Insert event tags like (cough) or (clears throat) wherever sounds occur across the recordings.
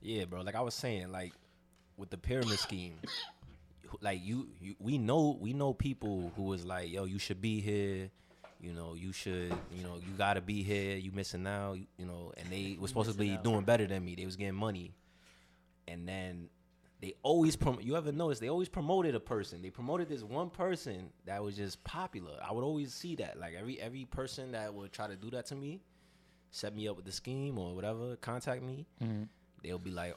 Yeah, bro. Like I was saying, like with the pyramid scheme, who- like you, you, we know, we know people who was like, yo, you should be here. You know, you should, you know, you gotta be here. You missing out. You, you know, and they was supposed to be doing better than me. They was getting money, and then they always promote. You ever notice they always promoted a person? They promoted this one person that was just popular. I would always see that. Like every every person that would try to do that to me, set me up with the scheme or whatever, contact me Mm-hmm. they'll be like,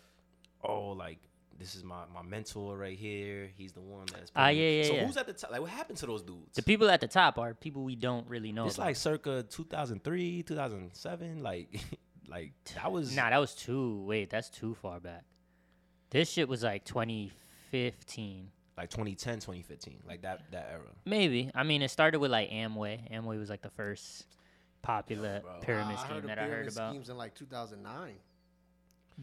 "Oh, like this is my my mentor right here. He's the one that's Ah, putting me-" yeah, yeah, So yeah. who's at the top? Like, what happened to those dudes? The people at the top are people we don't really know. it's about. like circa 2003, 2007. Like, (laughs) like that was nah, that was too. Wait, that's too far back. This shit was like 2015, like 2010, 2015, like that that era. maybe. I mean, it started with like Amway. Amway was like the first popular bro. pyramid Uh, I scheme heard of that I heard pyramid about. schemes in like 2009.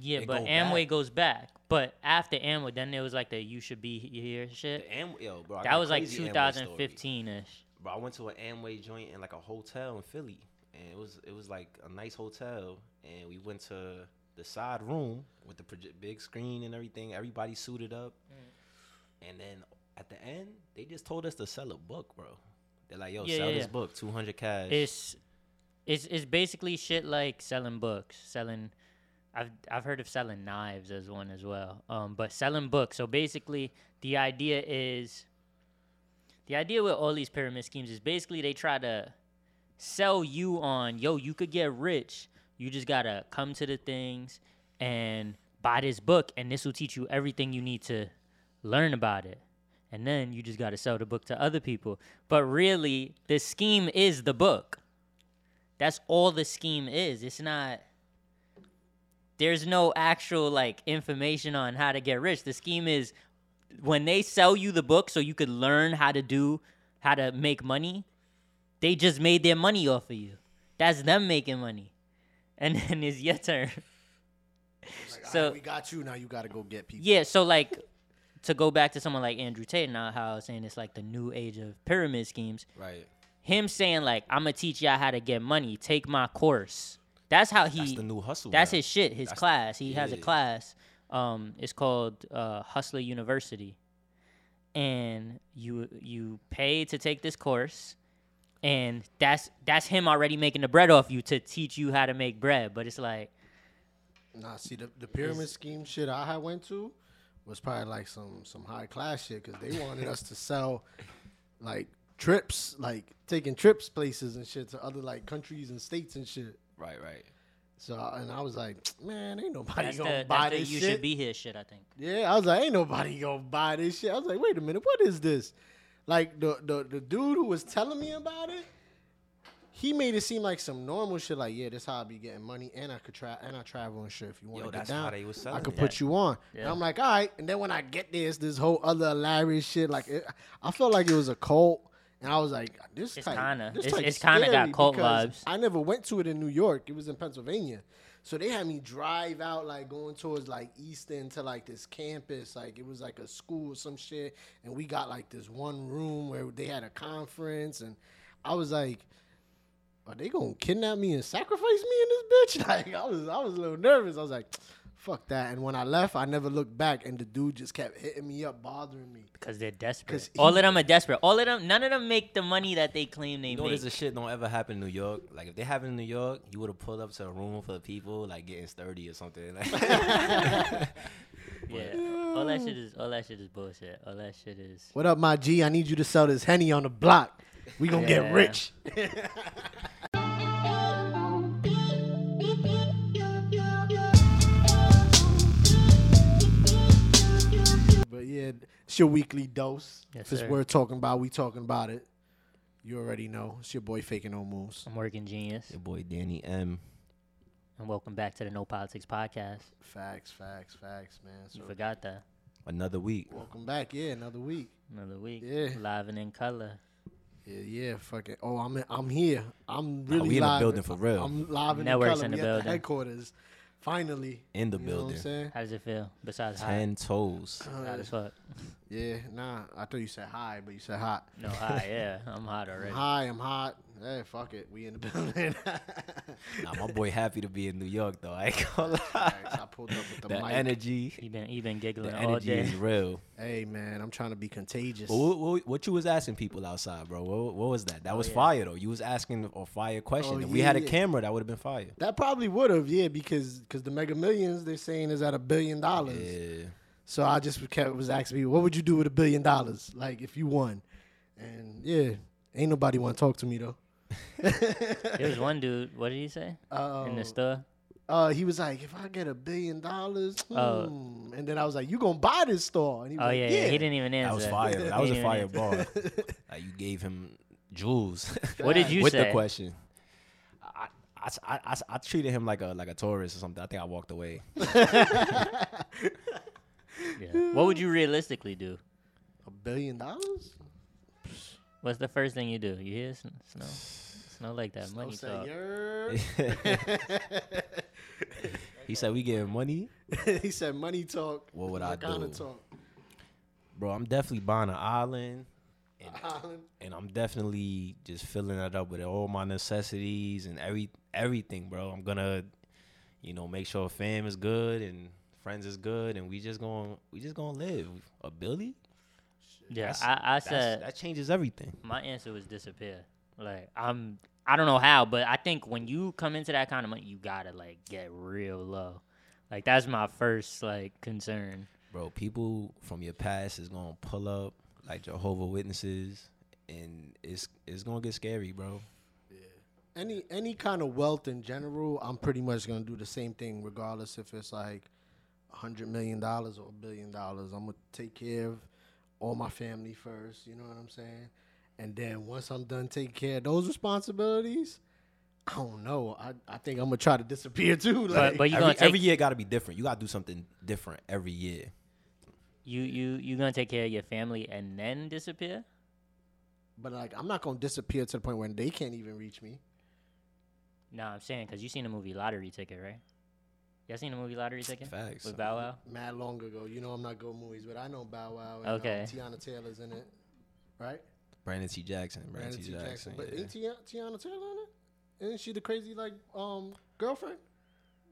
Yeah, They but go Amway back. goes back. But after Amway, then there was like the "you should be here" shit. The Am- yo, bro, I got that a was like crazy Amway story. 2015 ish. Bro, I went to an Amway joint in like a hotel in Philly, and it was it was like a nice hotel, and we went to the side room with the proje- big screen and everything. Everybody suited up, Mm. and then at the end, they just told us to sell a book, bro. They're like, "Yo, Yeah, sell yeah, this yeah. book, two hundred cash." It's it's it's basically shit like selling books, selling. I've I've heard of selling knives as one as well. Um, but selling books. So basically, the idea is. The idea with all these pyramid schemes is basically they try to sell you on, yo, you could get rich. You just gotta come to the things and buy this book, and this will teach you everything you need to learn about it. And then you just gotta sell the book to other people. But really, the scheme is the book. That's all the scheme is. It's not. There's no actual like information on how to get rich. The scheme is when they sell you the book so you could learn how to do how to make money they just made their money off of you. That's them making money. And (laughs) then it's your turn. Like, So- "Alright, we got you. Now you got to go get people. Yeah, so like to go back to someone like Andrew Tate now how I was saying it's like the new age of pyramid schemes. right. Him saying like I'ma teach y'all how to get money, take my course. That's how he That's the new hustle. That's now. his shit. His That's- class. He has a yeah. class. Um, it's called uh, Hustler University, and you you pay to take this course, and that's that's him already making the bread off you to teach you how to make bread. But it's like, Nah, see the, the pyramid scheme shit I had went to was probably like some some high class shit because they wanted us to sell like trips, like taking trips places and shit to other like countries and states and shit. Right, right. So I- and I was like, man, ain't nobody that's gonna the, buy that's the this you shit. should be here shit. I think. Yeah, I was like, ain't nobody gonna buy this shit. I was like, wait a minute, what is this? Like the the, the dude who was telling me about it, he made it seem like some normal shit. Like, yeah, this how I be getting money, and I could try, and I travel and shit. If you want Yo, to that's down, how they was I selling could it. put you on. And Yeah. I'm like, all right. And then when I get this, this whole other hilarious shit. Like, it, I felt like it was a cult, and I was like, this It's type- kinda- this it's- type it's kinda got scary cult because vibes. I never went to it in New York. It was in Pennsylvania. So they had me drive out like going towards like Easton to like this campus. Like it was like a school or some shit. And we got like this one room where they had a conference and I was like, Are they gonna kidnap me and sacrifice me in this bitch? (laughs) Like I was I was a little nervous. I was like, fuck that. And when I left, I never looked back and the dude just kept hitting me up, bothering me. Because they're desperate. 'Cause All he- of them are desperate. All of them, none of them make the money that they claim they You know make. this is shit don't ever happen in New York. Like if they happen in New York, you would have pulled up to a room for the people like getting sturdy or something. (laughs) Like, yeah, all that shit is all that shit is bullshit. All that shit is. What up, my G? I need you to sell this henny on the block. We gonna Yeah. get rich. (laughs) But yeah, it's your weekly dose. Yes, if it's sir. worth talking about, we talking about it. You already know. It's your boy faking no moves. I'm working genius, Your boy Danny M. and welcome back to the No Politics Podcast. Facts, facts, facts, man. So You forgot that. Another week. welcome back. Yeah, another week. Another week. Yeah. Live and in color. Yeah, yeah, fucking. Oh, I'm in, I'm here. I'm Nah, really we in live. the building for real. I'm live in Network's the color. in the We at building. headquarters. Finally. in the You know what building. I'm saying? How does it feel? Besides hot. Ten toes. Hot as fuck. Yeah, nah. I thought you said hi, but you said hot. No, hot, yeah. I'm hot I'm already. high. I'm hot. Hey, fuck it. We in the (laughs) building. Nah, my boy happy to be in New York though. I ain't gonna lie. Alright, so I pulled up with the, The mic. energy, He been he been giggling the all energy day. is real. Hey man, I'm trying to be contagious. But what, what, what you was asking people outside, bro? What, what was that? That was fire though. You was asking a fire question. Oh, if we had a yeah. camera, that would have been fire. That probably would have, yeah, because because the Mega Millions they're saying is at a billion dollars. Yeah. So I just kept was asking people, what would you do with a billion dollars? Like if you won, and yeah, ain't nobody want to talk to me though. There was one dude. What did he say in Oh. the store? Uh, he was like, if I get a billion dollars, hmm. Oh. and then I was like, you gonna buy this store? And he was Oh like, yeah, yeah, he didn't even answer. That was fire. though. That was (laughs) He a didn't fire even ball. like you gave him jewels. (laughs) What did you with say? the question? I, I, I, I, I treated him like a like a tourist or something. I think I walked away. (laughs) Yeah. What would you realistically do? A billion dollars? What's the first thing you do? You hear sn- snow? Snow like that No, money talk. senor. (laughs) he said, "We getting money, he said, money talk. What would I Lagana do? Talk. bro. I'm definitely buying an island, Island. and I'm definitely just filling that up with all my necessities and every everything, bro. I'm gonna, you know, make sure fam is good and friends is good, and we just gonna we just gonna live a Billy. Yeah, That's- I, I that's- said that changes everything. my answer was disappear. Like I'm, I don't know how, but I think when you come into that kind of money, you gotta like get real low. Like that's my first like concern. bro. People from your past is gonna pull up like Jehovah Witnesses, and it's it's gonna get scary, bro. any any kind of wealth in general, I'm pretty much gonna do the same thing, regardless if it's like a hundred million dollars or a billion dollars. I'm gonna take care of all my family first. You know what I'm saying? And then once I'm done taking care of those responsibilities, I don't know. I, I think I'm gonna try to disappear too. (laughs) Like, But but you every, gonna take every year gotta be different. You gotta do something different every year. you you you gonna take care of your family and then disappear? but like I'm not gonna disappear to the point where they can't even reach me. No, I'm saying because you seen the movie Lottery Ticket, right? Y'all seen the movie Lottery Ticket Facts. with Bow Wow? Mad long ago, you know I'm not go movies, but I know Bow Wow. And, um, Okay. Tiana Taylor's in it, right? Brandon T. Jackson. Brandon, T. Jackson. But yeah. ain't Tia- Tiana Taylor on it? Isn't she the crazy like um girlfriend?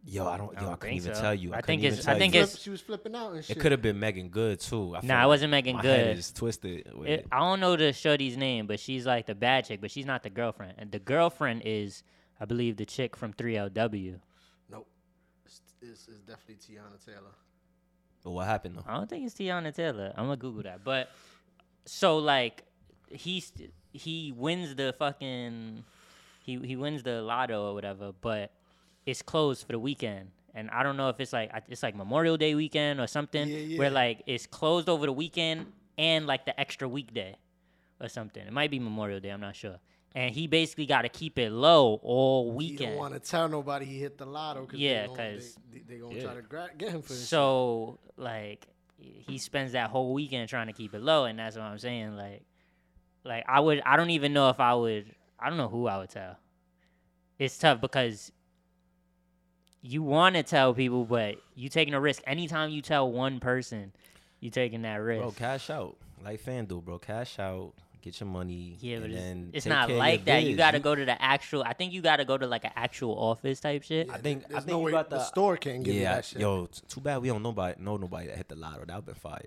yo, I don't. Yo, I, couldn't don't think even so. tell you. I couldn't think even it's- I tell think you. it's- Flip- she was flipping out and shit. It could have been Megan Good too. I feel Nah, it like wasn't Megan my Good. Head is twisted. with It, it. I don't know the shorty's name, but she's like the bad chick, but she's not the girlfriend. And the girlfriend is, I believe, the chick from 3LW. Nope. It's, it's, it's definitely Tiana Taylor. But what happened though? I don't think it's Tiana Taylor. I'm gonna Google that. But so like he's he wins the fucking he he wins the lotto or whatever, but it's closed for the weekend. And I don't know if it's like I- it's like Memorial Day weekend or something Yeah, where yeah. like it's closed over the weekend and like the extra weekday or something. It might be Memorial Day. I'm not sure. And he basically got to keep it low all He oh, don't weekend. want to tell nobody he hit the lotto because Yeah, they gonna, 'cause- they, they, they gonna Yeah. try to gra- get him for this. So like he spends that whole weekend trying to keep it low, and that's what I'm saying. Like, like I would, I don't even know if I would. I don't know who I would tell. It's tough because you want to tell people, but you taking a risk. Anytime you tell one person, you taking that risk. Bro, cash out. Like FanDuel, bro. Cash out. Get your money. yeah, but and then it's, it's take not care of your like that. You biz. got to go to the actual. I think you got to go to like an actual office type shit. I think. I There's think no you way got the store can give you Yeah, that shit. yo, t- too bad we don't nobody know nobody that hit the lotto. That would been fire.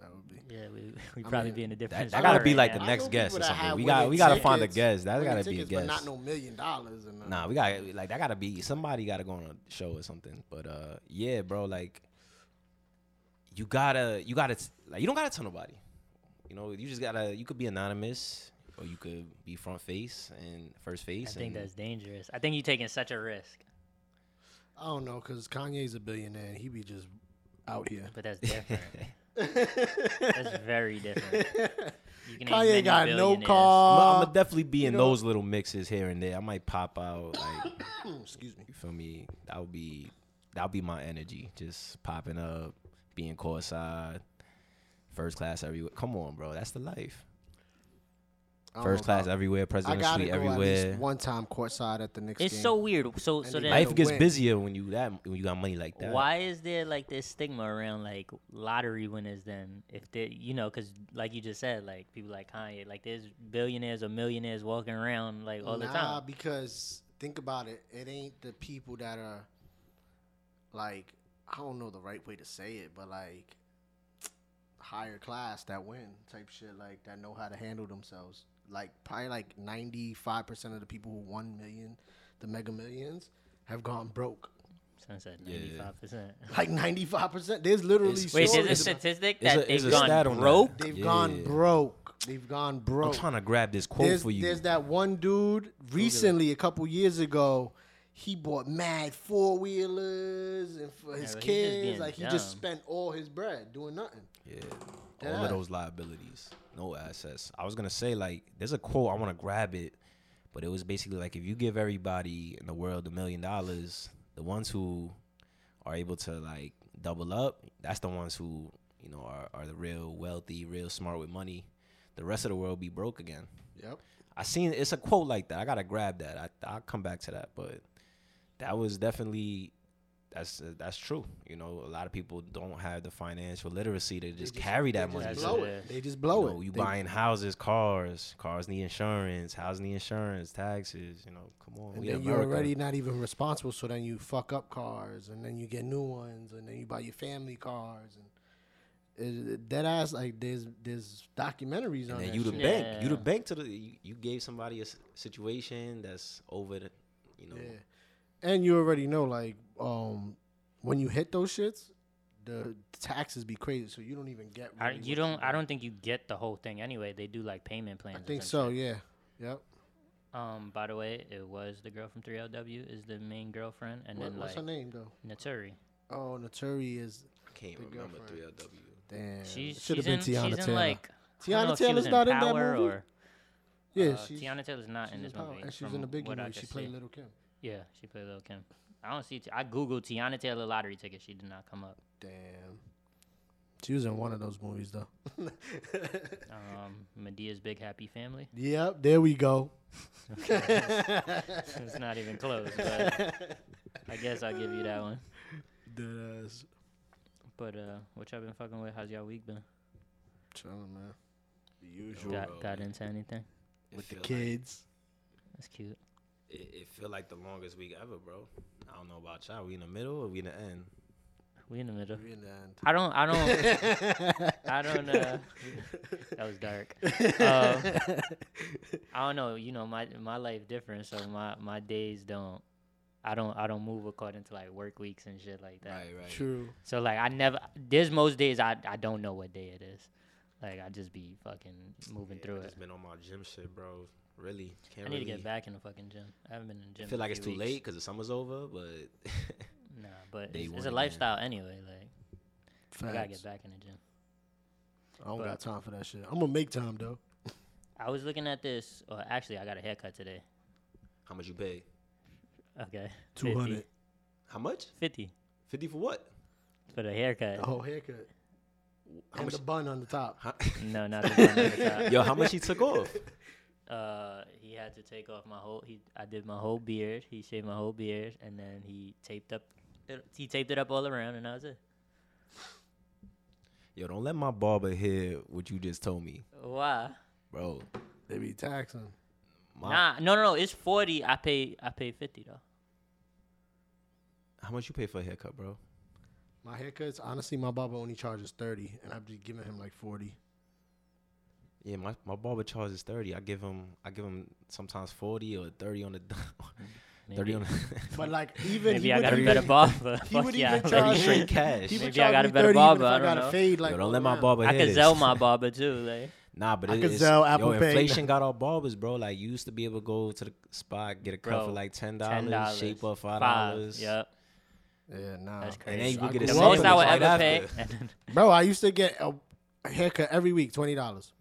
That would be. Yeah, we (laughs) we probably mean, be in a That, different. that zone gotta be right like now. the I next know guest or people that something. had We got winning we gotta find a tickets- guest. That winning gotta be a tickets, guest. But not no million dollars. And uh, nah. Nah, we got like that gotta be somebody gotta go on a show or something. But uh, yeah, bro, like you gotta you gotta like you don't gotta tell nobody. You know, you just gotta you could be anonymous or you could be front face and first I face. think and- that's dangerous. I think you taking such a risk. I don't know because Kanye's a billionaire. and He be just out here. (laughs) But that's different. (laughs) that's very different. You can name many Kanye got no billionaires. I'm car. gonna definitely be in Uh, know- those little mixes here and there. I might pop out like (clears throat) Excuse me. You feel me? That would be that would be my energy. Just popping up, being courtside, first class everywhere. Come on, bro. That's the life. I don't First know class about- everywhere, I president gotta suite go at everywhere. least one time courtside at the Knicks It's game. so weird. So And so they then Life gotta gets win. busier when you that when you got money like that. why is there like this stigma around like lottery winners then if they you know because like you just said like people like kanye like there's billionaires or millionaires walking around like all the Nah, time because think about it, it ain't the people that are like I don't know the right way to say it, but like higher class that win type shit, like that know how to handle themselves. Like probably like ninety five percent of the people who won million, the mega millions, have gone broke. (laughs) since that Yeah. (laughs) 95% Like ninety five percent. There's literally It's- wait So there's a it's- statistic it's that a- it's they've a stat on gone that. broke they've Yeah. gone broke. They've gone broke. I'm trying to grab this quote there's, for you. there's that one dude recently, a couple years ago, he bought mad four wheelers and for Yeah, but his he's just kids. being Like he just dumb. spent all his bread doing nothing. Yeah. All Yeah. of those liabilities, no assets. I was gonna say like, there's a quote I want to grab it, but it was basically like, if you give everybody in the world a million dollars, the ones who are able to like double up, that's the ones who you know are, are the real wealthy, real smart with money. The rest of the world be broke again. Yep. I seen it's a quote like that. I gotta grab that. I I'll come back to that, but that was definitely that's uh, that's true. You know, a lot of people don't have the financial literacy to just, carry that money. Just That's So, blow it. it. They just you blow know, it. you They- buying houses, cars, cars need insurance, houses need insurance, taxes. You know, come on, And we then you're America. already not even responsible, so then you fuck up cars, and then you get new ones, and then you buy your family cars, and it- that ass like there's there's documentaries And on then that you the shit. shit. bank, you the Yeah. bank to the you, you gave somebody a s- situation that's over the, you know, Yeah. And you already know, like, um, when you hit those shits, the taxes be crazy, so you don't even get. I, really you what don't i get. don't think you get the whole thing anyway they do like payment plans I or think some so. Yeah. Yep. shit. um by the way it was the girl from 3lw is the main girlfriend and What- then what's like her name though? naturi Oh, Naturi is I can't The remember girlfriend. three LW. damn. she's, she's should have been in, Tiana she's in Taylor. like I don't know Tiana if she Taylor's was in not in that Power movie. or- yeah, Uh, she's, Tiana Taylor's not she's in this Power, movie. and she was in the from big what I movie. She could played see. Little Kim. Yeah, she played Lil Kim. I don't see. I googled Tiana Taylor lottery ticket. She did not come up. Damn. She was in one of those movies though. Um, Medea's Big Happy Family. Yep. There we go. (laughs) (laughs) it's not even close. But I guess I'll give you that one. Dead ass. But uh, what y'all been fucking with? How's y'all week been? Chilling, man. The usual. Got got into anything? With the kids. That's cute. it, it feel like the longest week ever, bro. I don't know about y'all. We in the middle or we in the end? We in the middle. We in the end. I don't. I don't. (laughs) I (laughs) don't. Uh, that was dark. Um, I don't know. You know, my my life different, so my my days don't. I don't. I don't move according to like work weeks and shit like that. right. True. So like, I never. There's most days I I don't know what day it is. Like I just be fucking moving Yeah, through I it. just been on my gym shit, bro. Really, I can't need really. to get back in the fucking gym. I haven't been in the gym. I feel in like a it's too few late 'cause weeks. late because the summer's over, but Nah, but Day it's, one it's a again. lifestyle anyway. Like I gotta Facts. get back in the gym. I don't But- got time for that shit. I'm gonna make time though. I was looking at this. Or actually, I got a haircut today. how much you pay? Okay. (laughs) 50. Two hundred. How much? 50 Fifty for what? for the haircut. The whole Oh, haircut. How and much? the bun on the top. How, No, not the one on the top. yo, how (laughs) much he took off? uh he had to take off my whole he I did my whole beard. He shaved my whole beard and then he taped up it, he taped it up all around and that was it. Yo, don't let my barber hear what you just told me, Why? bro. They be taxing. My, Nah, no no no, it's 40. I pay I pay 50 though. How much you pay for a haircut, bro? My haircuts, honestly, my barber only charges thirty, and I've just giving him like (laughs) forty. Yeah, my, my barber charges thirty. I give him I give him sometimes forty or thirty on the (laughs) thirty Maybe, on the But like even maybe he I would got a even- better barber. (laughs) he Fuck would yeah. (laughs) even thirty charge maybe. straight cash. he would Maybe I charge got a me better 30 even barber, If I, I don't got a know. fade like Yo, don't let going my around. barber I hear could this. sell my barber too, like Nah, but I it, could it's, sell yo, Apple Pay. inflation got our barbers, bro. Like you used to be able to go to the spot, get a cut for Bro, like ten $10. dollars, shape up five Five. dollars. Yep. Yeah, nah. That's And then crazy. you could I get a The grew sandwich most I up would right ever after. pay. And then, (laughs) Bro, I used to get a, a haircut every week, twenty dollars,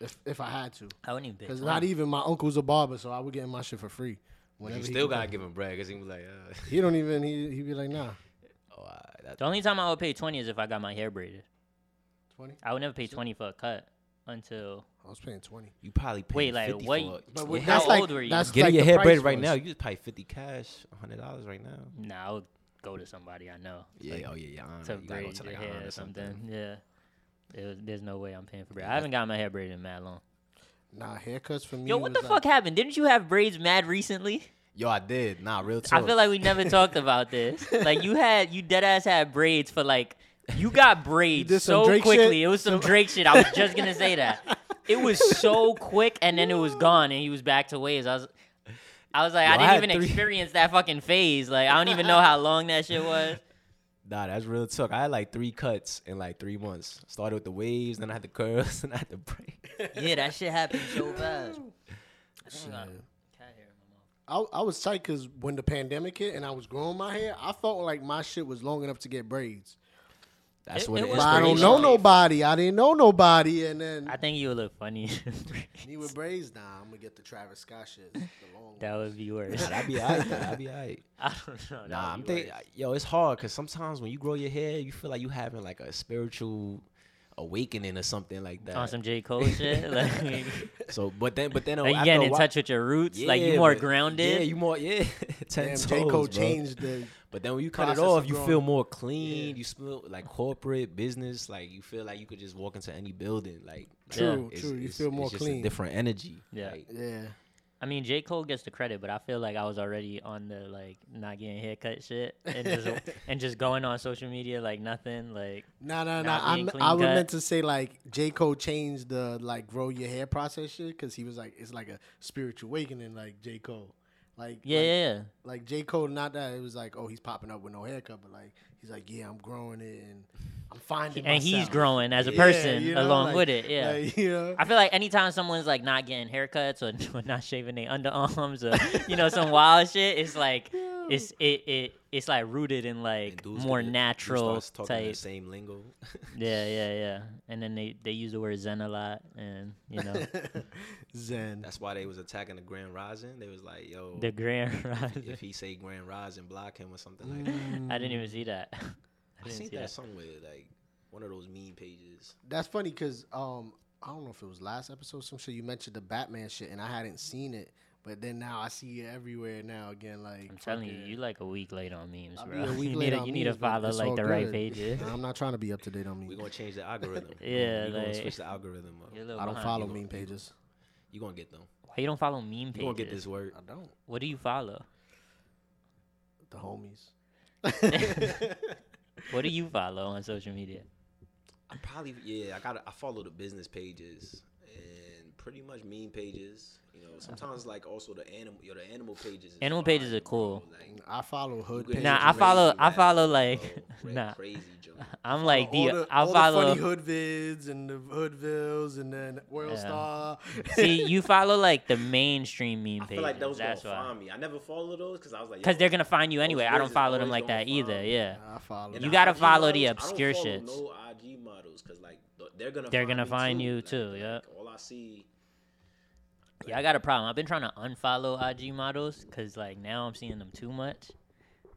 if if I had to, I wouldn't even pay. because 20. not even my uncle's a barber, so I would get my shit for free. But Whenever you he still could gotta pay. give him bread because he was like, uh, He don't even. He he be like, nah, oh, all right, that, The only time I would pay 20 is if I got my hair braided. twenty. I would never pay 20 for a cut until I was paying twenty. You probably paid Wait, like, 50 what- for it. But Your what- hair- how that's like- old were you? that's- getting like your the hair braided price right was. now, you just probably fifty cash, hundred dollars right now. nah, I would go to somebody I know. Yeah, like, oh yeah, yeah. I to don't know, you gotta go braid to your like a hair Honda or or something. Yeah. It was, there's no way I'm paying for braids. I haven't got my hair braided in mad long. Nah, haircuts for me. Yo, what was the fuck happened? Didn't you have braids mad recently? Yo, I did. Nah, real talk. I feel like we never talked (laughs) about this. Like you had you dead ass had braids for like you got braids did some so Drake quickly. shit? It was some Drake shit. I was just gonna (laughs) say that. It was so quick and then it was gone and he was back to ways. I was I was like, Yo, I I didn't had even three- experience that fucking phase. Like I don't even know how long that shit was. nah, that's real talk. I had like three cuts in like three months. Started with the waves, then I had the curls, (laughs) and I had the (laughs) braid. Yeah, that shit happened (laughs) so fast. I, I was tight because when the pandemic hit and I was growing my hair, I felt like my shit was long enough to get braids. That's It- when it the was But I don't Inspiration. know nobody. I didn't know nobody, and then I think you would look funny. (laughs) me with braids. Nah, I'm gonna get the Travis Scott shit. The long one. that would be worse. (laughs) Nah, that'd be alright. That'd be alright. I don't know. that Nah, I'm would be thinking, worse. yo, it's hard because sometimes when you grow your hair, you feel like you having like a spiritual awakening or something like that. on some J (laughs) Cole shit. (laughs) Like, So, but then, but (laughs) then, uh, Like you after getting a in while- touch with your roots, like you Yeah, more but- grounded. Yeah, you more yeah. (laughs) Ten Damn, toes, J bro. Cole changed the. But then when you cut it process off, of you growing. feel more clean. Yeah. You smell like corporate business. Like you feel like you could just walk into any building. Like True, it's- true. You it's- feel more it's just a clean. different energy. Yeah. Like, Yeah. I mean, J Cole gets the credit, but I feel like I was already on the like not getting haircut shit and just (laughs) and just going on social media like nothing. Like Nah, nah, Not nah. I, being me- clean I was cut. meant to say like J Cole changed the like grow your hair process shit because he was like it's like a spiritual awakening like J Cole, like yeah, like, yeah, yeah. like J Cole not that it was like oh he's popping up with no haircut but like he's like yeah I'm growing it and I'm finding and he's myself." growing as a Yeah, person you know, along like- with it. Yeah. like, you know? (laughs) I feel like anytime someone's like not getting haircuts or, (laughs) or not shaving their underarms or you know some wild shit, it's like it's it, it it's like rooted in and like dudes more get- dudes natural starts talking type. the same lingo. Yeah, yeah, yeah. And then they they use the word zen a lot, and you (laughs) know Zen. That's why they was attacking the Grand Rising. They was like, yo, the grand (laughs) rising. (laughs) if he say Grand Rising, block him or something like that. I didn't even see that. (laughs) I I didn't seen see that that. somewhere, like one of those meme pages. That's funny because um I don't know if it was last episode some shit you mentioned the Batman shit and I hadn't seen it but then now I see it everywhere now again like I'm telling you, fucking- you like a week late on memes, I'll be bro. (laughs) a week you late need to, on you need to memes, but follow it's all like the right good. pages. Nah, I'm not trying to be up to date on We're me. gonna change the algorithm. (laughs) Yeah, we're gonna like- switch the algorithm up. You're a little I don't behind. follow you meme gonna- you pages. You gonna get them. Why you don't follow meme You gonna get pages? this word. (laughs) I don't. What do you follow? The homies. (laughs) What do you follow on social media? I probably yeah. I got I follow the business pages and pretty much meme pages. You know, sometimes like also the animal. Yo, the animal pages. Is Animal fire, pages are bro. cool. Like, I follow hood you get pages. Nah, I crazy follow- I raps, follow, like- bro, rap (laughs) nah. Crazy Joe. I'm like all the, the, I all the funny follow. hood vids and the hoodvilles and then World Yeah. Star. see, (laughs) you follow like the mainstream meme I pages. feel like those that's gonna why. find me. I never follow those because I was like, Because yo, they're gonna find you anyway. I boys don't is follow them always like gonna that either. find- Yeah. I follow. and You the gotta IG follow the models, I don't obscure follow shits. No IG models, cause like th- they're gonna They're gonna me find you Like- too, yeah. like, All I see. Yeah, I got a problem. I've been trying to unfollow IG models because like now I'm seeing them too much,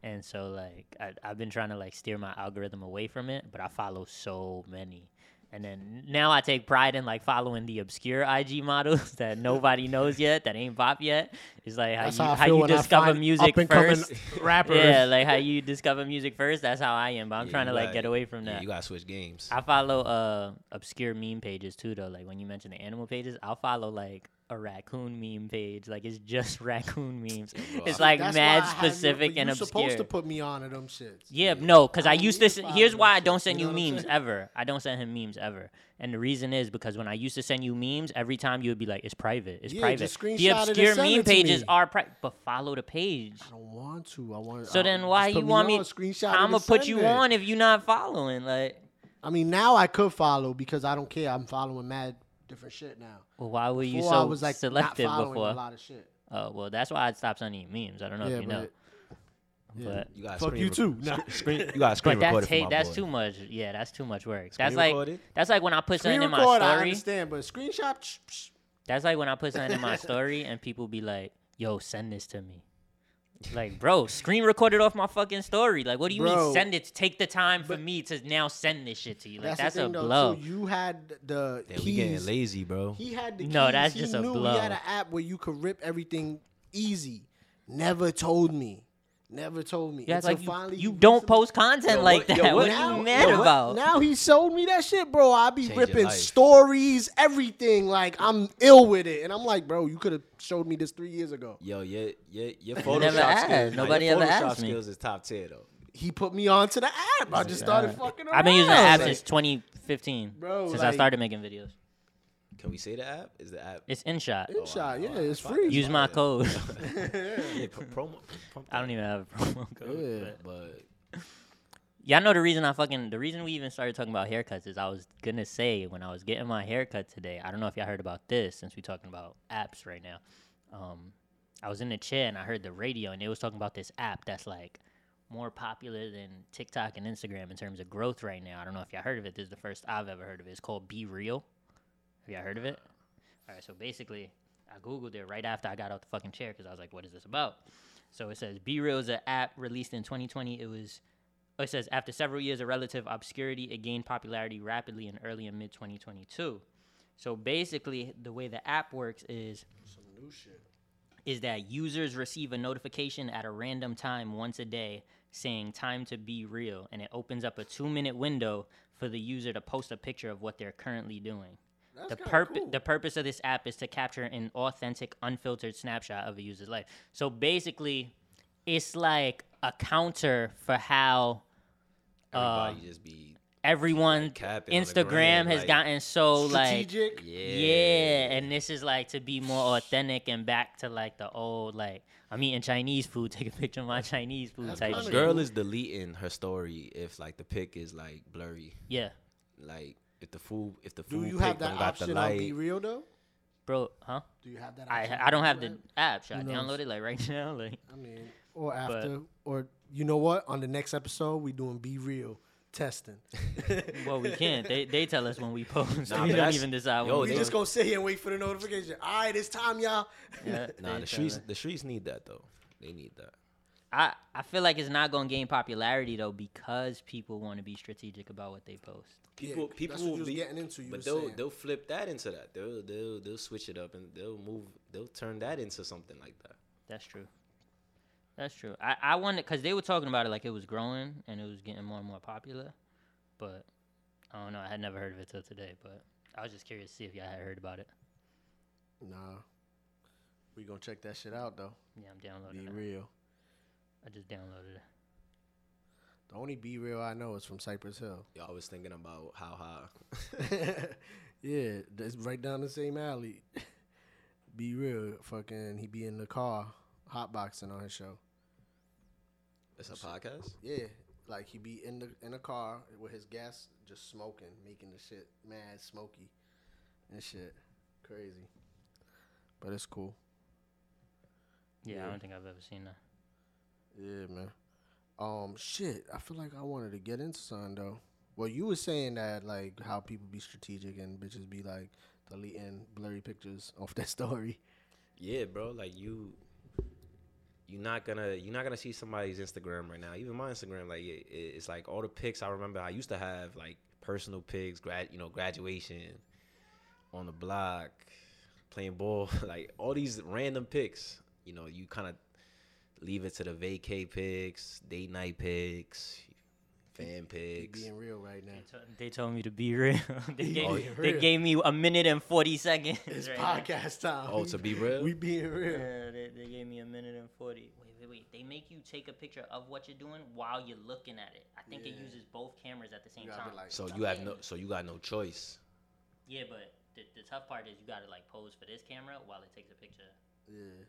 and so like I, I've been trying to like steer my algorithm away from it. But I follow so many, and then now I take pride in like following the obscure IG models (laughs) that nobody knows yet, that ain't pop yet. It's like how That's you how I how, feel you when I discover find music up-and-coming first. (laughs) rappers. Yeah, like how you discover music first. That's how I am. But I'm Yeah, trying to you like gotta- get away from Yeah, that. you gotta switch games. I follow uh obscure meme pages too though. Like when you mention the animal pages, I'll follow like a raccoon meme page. Like it's just (laughs) (laughs) raccoon memes. bro, it's I- like That's mad why I have you- specific you and supposed to obscure. put me on to them shits. Yeah, no, because I I don't used need to. to sen- follow here's that why I shit, don't send you you know what I'm memes saying? ever. I don't send him memes ever, and the reason is because when I used to send you memes, every time you would be like, "It's private, it's Yeah, private." just The screenshot it and obscure send meme it to pages me. are private, but follow the page. I don't want to. I want. So I- then just why put you want me? on, Screenshot. it I'm gonna and put send you it. on if you're not following. Like, I mean, now I could follow because I don't care. I'm following mad different shit now. well, why were you Before so I was like selective not following before? a lot of shit. Oh well, that's why I stopped sending you memes. I don't know yeah, if you know, but, yeah. but you gotta fuck screen you rec- too. Nah. Screen, you gotta screen but that's record it hey, for my that's boy. too much. Yeah, that's too much work. Screen that's like recorded? that's like when I put Screen something in my record, I story. understand, but screenshot. Psh, psh. (laughs) That's like when I put something in my story and people be like, "Yo, send this to me." Like, bro, screen recorded off my fucking story. Like, what do you mean Bro. send it? Take the time for me to now send this shit to you. Like, that's, the a thing, though, too. blow. You had the Yeah, we getting keys. lazy, bro. He had the No, keys. that's he just a knew blow. He had an app where you could rip everything easy. Never told me. Never told me. Yeah, it's Until like you, finally you he don't recently- post content Yo, what- like yo, that. what what- are you yo, mad what- about? Now he sold me that shit, bro. I be Change your ripping life. stories, everything. Like I'm ill with it, and I'm like, bro, you could have showed me this three years ago. Yo, your your your Photoshop never asked. skills. nah, Nobody your ever Photoshop asked me. skills is top tier though. He put me onto the app. I just started fucking around. I've been using the app Like, since 2015, Bro, since I like- started making videos. Can we say the app? Is the app? Oh, It's InShot. InShot, yeah, it's Fuck, free. that's Use my fire. (laughs) code. (laughs) yeah, pr- promo. pump I don't that. even have a promo code. Yeah. But Y'all know the reason I fucking the reason we even started talking about haircuts is I was gonna say when I was getting my haircut today. I don't know if y'all heard about this since we talking about apps right now. Um, I was in the chair and I heard the radio and they was talking about this app that's like more popular than TikTok and Instagram in terms of growth right now. I don't know if y'all heard of it. This is the first I've ever heard of it. It's called Be Real. Have y'all heard of it? All right, so basically, I googled it right after I got out the fucking chair because I was like, "What is this about?" So it says Be Real is an app released in 2020. It was Oh, it says after several years of relative obscurity, it gained popularity rapidly in early and mid 2022. So basically, the way the app works is is that users receive a notification at a random time once a day saying time to be real, and it opens up a two minute window for the user to post a picture of what they're currently doing. the kinda purpose cool. the purpose of this app is to capture an authentic, unfiltered snapshot of a user's life. So basically, it's like a counter for how Uh, everybody just be everyone capping on the Instagram gram, has like- gotten so like strategic. yeah, yeah. and this is like to be more authentic and back to like the old like I'm eating Chinese food, (laughs) take a picture of my Chinese food That's type kinda The shit. cool. girl is deleting her story if like the pic is like blurry, Yeah, like if the food if the Do food you pic have that don't got the option on Be light. (laughs) (laughs) Real though? bro, huh? Do you have that? I option I don't on have Be the Real? app. Should I Who knows? download it like right (laughs) now? Like I mean, or after, or you know what? On the next episode, we doing Be Real testing. well, we can't. They they tell us when we post. (laughs) Nah, but we don't that's- even decide. yo, when they- we We just post. gonna sit here and wait for the notification. All right, it's time, y'all. Yeah, (laughs) Nah, the they tell streets us. the streets need that though. They need that. I I feel like it's not gonna gain popularity though because people want to be strategic about what they post. People that's people what you will was be getting into, you but was they'll saying. they'll flip that into that. They'll they'll they'll switch it up and they'll move they'll turn that into something like that. That's true. That's true. I, I wanted because they were talking about it like it was growing and it was getting more and more popular, but I don't know. I had never heard of it till today, but I was just curious to see if y'all had heard about it. Nah, we gonna check that shit out though. Yeah, I'm downloading Be it. real. I just downloaded it. The only Be Real I know is from Cypress (laughs) Hill. Yo, I was thinking about how high. yeah, that's right down the same alley. (laughs) Be real, fucking. He be in the car, hotboxing on his show. It's a podcast. Yeah, like he be in the in a car with his guests, just smoking, making the shit mad smoky, and shit, crazy. But it's cool. Yeah, I Yeah. don't think I've ever seen that. Yeah, man. Um, shit. I feel like I wanted to get into something though. Well, you were saying that like how people be strategic and bitches be like deleting blurry pictures (laughs) off their story. Yeah, bro. Like you, you're not gonna you're not gonna see somebody's Instagram right now. Even my Instagram, like it, it- it's like all the pics I remember. I used to have like personal pics, grad you know graduation, on the block, playing ball, (laughs) like all these random pics. You know, you kind of leave it to the vacay pics, date night pics, fan They pics. Being real right now. They, to- they told me to be real. (laughs) they, gave, Oh, me- yeah. they Real. gave me a minute and forty seconds. (laughs) It's right now. podcast time. Oh, to be real? (laughs) we being (laughs) real. Yeah, they, they gave me a minute and 40. Wait, wait, wait. They make you take a picture of what you're doing while you're looking at it. I think it Yeah. uses both cameras at the same You gotta be time. like- So you have no so you got no choice. yeah, but the, the tough part is you gotta like pose for this camera while it takes a picture. Yeah.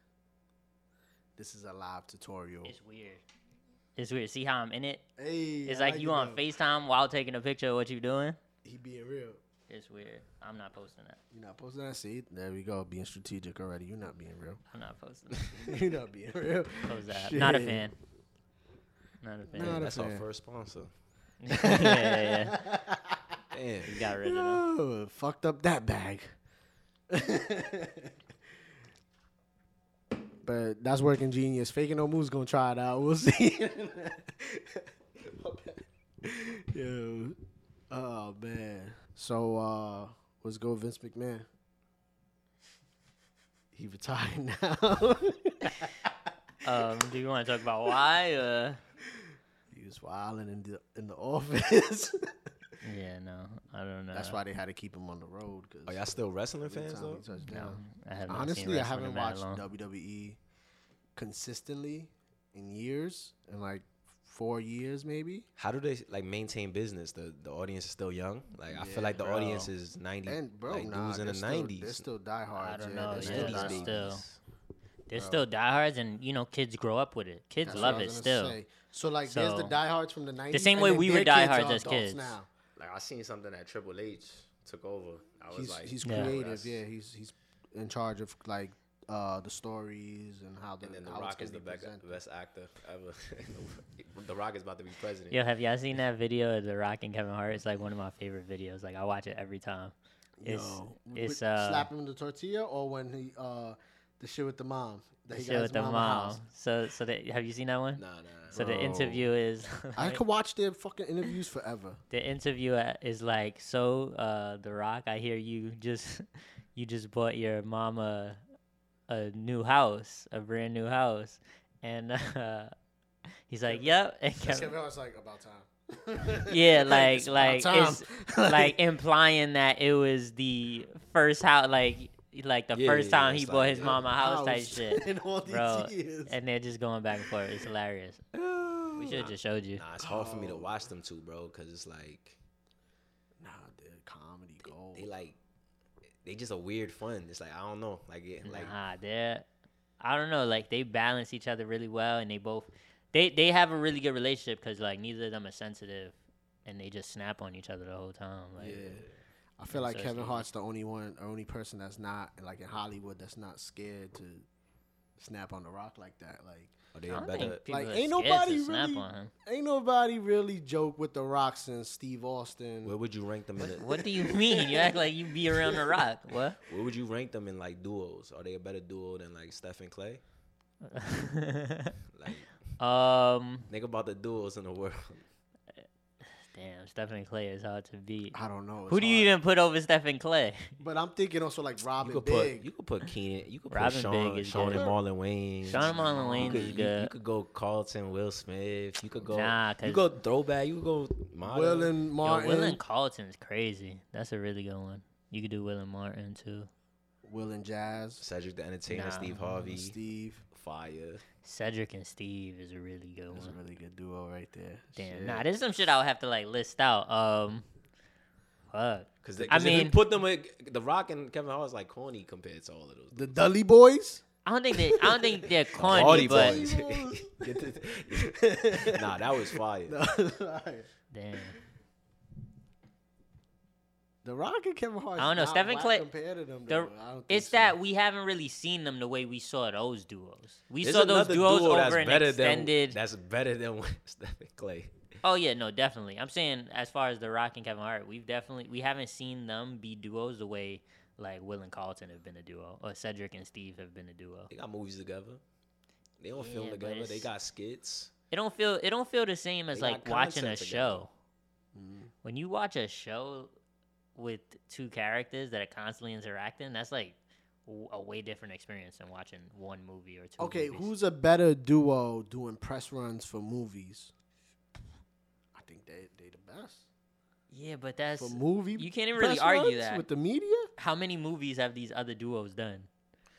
This is a live tutorial. It's weird. It's weird. See how I'm in it? Hey, It's I like you on though. FaceTime while taking a picture of what you're doing. He being real. It's weird. I'm not posting that. You're not posting that seat. There we go. Being strategic already. You're not being real. (laughs) I'm not posting that. (laughs) You're not being real. Post that. Not a Shit. (laughs) fan. (laughs) Not a fan. Not a That's our fan. first sponsor. (laughs) yeah, (laughs) yeah, yeah. Damn. You got rid of them. Oh, fucked up that bag. (laughs) But that's working genius. Faking no moves gonna try it out. We'll see. (laughs) Yo. Oh man. So uh let's go Vince McMahon. He retired (laughs) now. Um, do you want to talk about why? Uh, he was wilding in the in the office. (laughs) yeah, no, I don't know. That's why they had to keep him on the road. Cause Are Uh. Oh, y'all still wrestling every fans time he though? touched No, down- I haven't. Honestly, I haven't watched Long. WWE consistently in years, in like four years maybe. How do they like maintain business? The the audience is still young. Like I feel like the bro. audience is ninety. And bro, like, nah, dudes in they're the still- They're nineties. still diehards. don't yeah, know, they're yeah, still these diehards. still- They're still diehards, and you know, kids grow up with it. Kids That's what I love it was still. gonna say. So like, there's the So- diehards from the '90s. same and way then we their were kids are diehards as adults kids. Now Like I seen something that Triple H took over. I was he's like, he's Yeah. creative. Yeah, he's he's in charge of like uh the stories and how the And then The how it's Rock gonna is the be best, presented. best actor ever. (laughs) in the world. the Rock is about to be president. Yo, have y'all seen that video of The Rock and Kevin Hart? It's like one of my favorite videos. Like I watch it every time. It's Yo. it's With uh slapping him the tortilla or when he uh the shit with the mom the that he shit got with his the mom. a mom. house. So so that have you seen that one? Nah, nah. So the Bro. interview is (laughs) I like- could watch their fucking interviews (laughs) forever. the interview uh, is like so uh The Rock, I hear you just (laughs) you just bought your mama a new house, a brand new house. And (laughs) uh he's like, "Yep." And Kevin, Hart's like about time. (laughs) (laughs) yeah, like like about it's (laughs) time. (laughs) like implying that it was the first house, like like the Yeah, first yeah, yeah, time he it's bought like, his mama a house (laughs) type shit, in all these bro. years. And they're just going back and forth. It's (laughs) hilarious. We should have just showed you. Nah, it's hard for me to watch them two, bro, because it's like Nah, dude, comedy they gold. like they just a weird fun. It's like I don't know, like it, like Nah, they're I don't know. Like they balance each other really well, and they both they they have a really good relationship because like neither of them are sensitive, and they just snap on each other the whole time. Like, Yeah. I feel like so Kevin stupid. Hart's the only one, only person that's not like in Hollywood that's not scared to snap on the rock like that. Like, are they I a don't better? think people like, are ain't scared to nobody snap really- on him. ain't nobody really joke with the rock since Steve Austin. Where would you rank them in? The, What do you mean? You act like you be around the rock. (laughs) What? (laughs) Where would you rank them in like duos? Are they a better duo than like Steph and Clay? Like um, think about the duos in the world. (laughs) damn, Stephen Clay is hard to beat. I don't know. Who it's do you hard. even put over Stephen Clay? But I'm thinking also like You Robin could Big. put you could put Keenan, you could Robin put Sean, Big is Sean and good. Marlon Wayne. Sean Marlon you Wayne could, is you- You, good. could go Carlton, Will Smith. You could go. Nah, you 'cause- go throwback. You could go modern. Will and Yo, Martin. Will and Carlton is crazy. That's a really good one. You could do Will and Martin too. Will and Jazz. Cedric the Entertainer, Nah. Steve Harvey, Steve. Fire. Cedric and Steve is a really good That's a one. really good duo right there. Damn, Shit. nah, there's some shit I would have to like list out. Um, fuck. Because I I mean, mean- put them with The Rock and Kevin Hart is like corny compared to all of those. The Dudley Boys. (laughs) I don't think they. I don't think (laughs) they're corny, Hardy but Boys. Get (laughs) this- nah, that was fire. the damn. Rock and Kevin Hart. I don't know, Stephen Clay- Compared to them, The- though. I don't think it's so. that we haven't really seen them the way we saw those duos. We There's saw those another duos duo over an extended. Than, that's better than (laughs) Steph and Clay. oh yeah, no, definitely. I'm saying as far as The Rock and Kevin Hart, we've definitely we haven't seen them be duos the way like Will and Carlton have been a duo, or Cedric and Steve have been a duo. They got movies together. They don't Yeah, film but together. They it's- got skits. It don't feel it don't feel the same as They got like watching a concept together. show. Mm. When you watch a show with two characters that are constantly interacting, that's like w- a way different experience than watching one movie or two. Okay, movies. who's a better duo doing press runs for movies? I think they they the best Yeah, but that's for movie. you can't even press really argue runs that. with the media. how many movies have these other duos done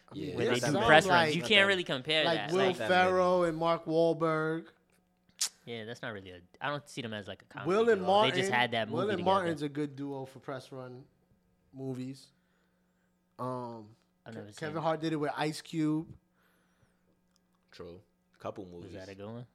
I mean, Yeah, where not they that do many. press runs? like, you Not can't that- really compare like that. Will like, that Ferrell and Mark Wahlberg. yeah, that's not really a. I don't see them as like a comedy. Will and duo. Martin. They just had that movie Will and together. Martin's a good duo for press run movies. Um, I've Ke- never seen Kevin it. Hart did it with Ice Cube. True. Couple movies. Was that a good one?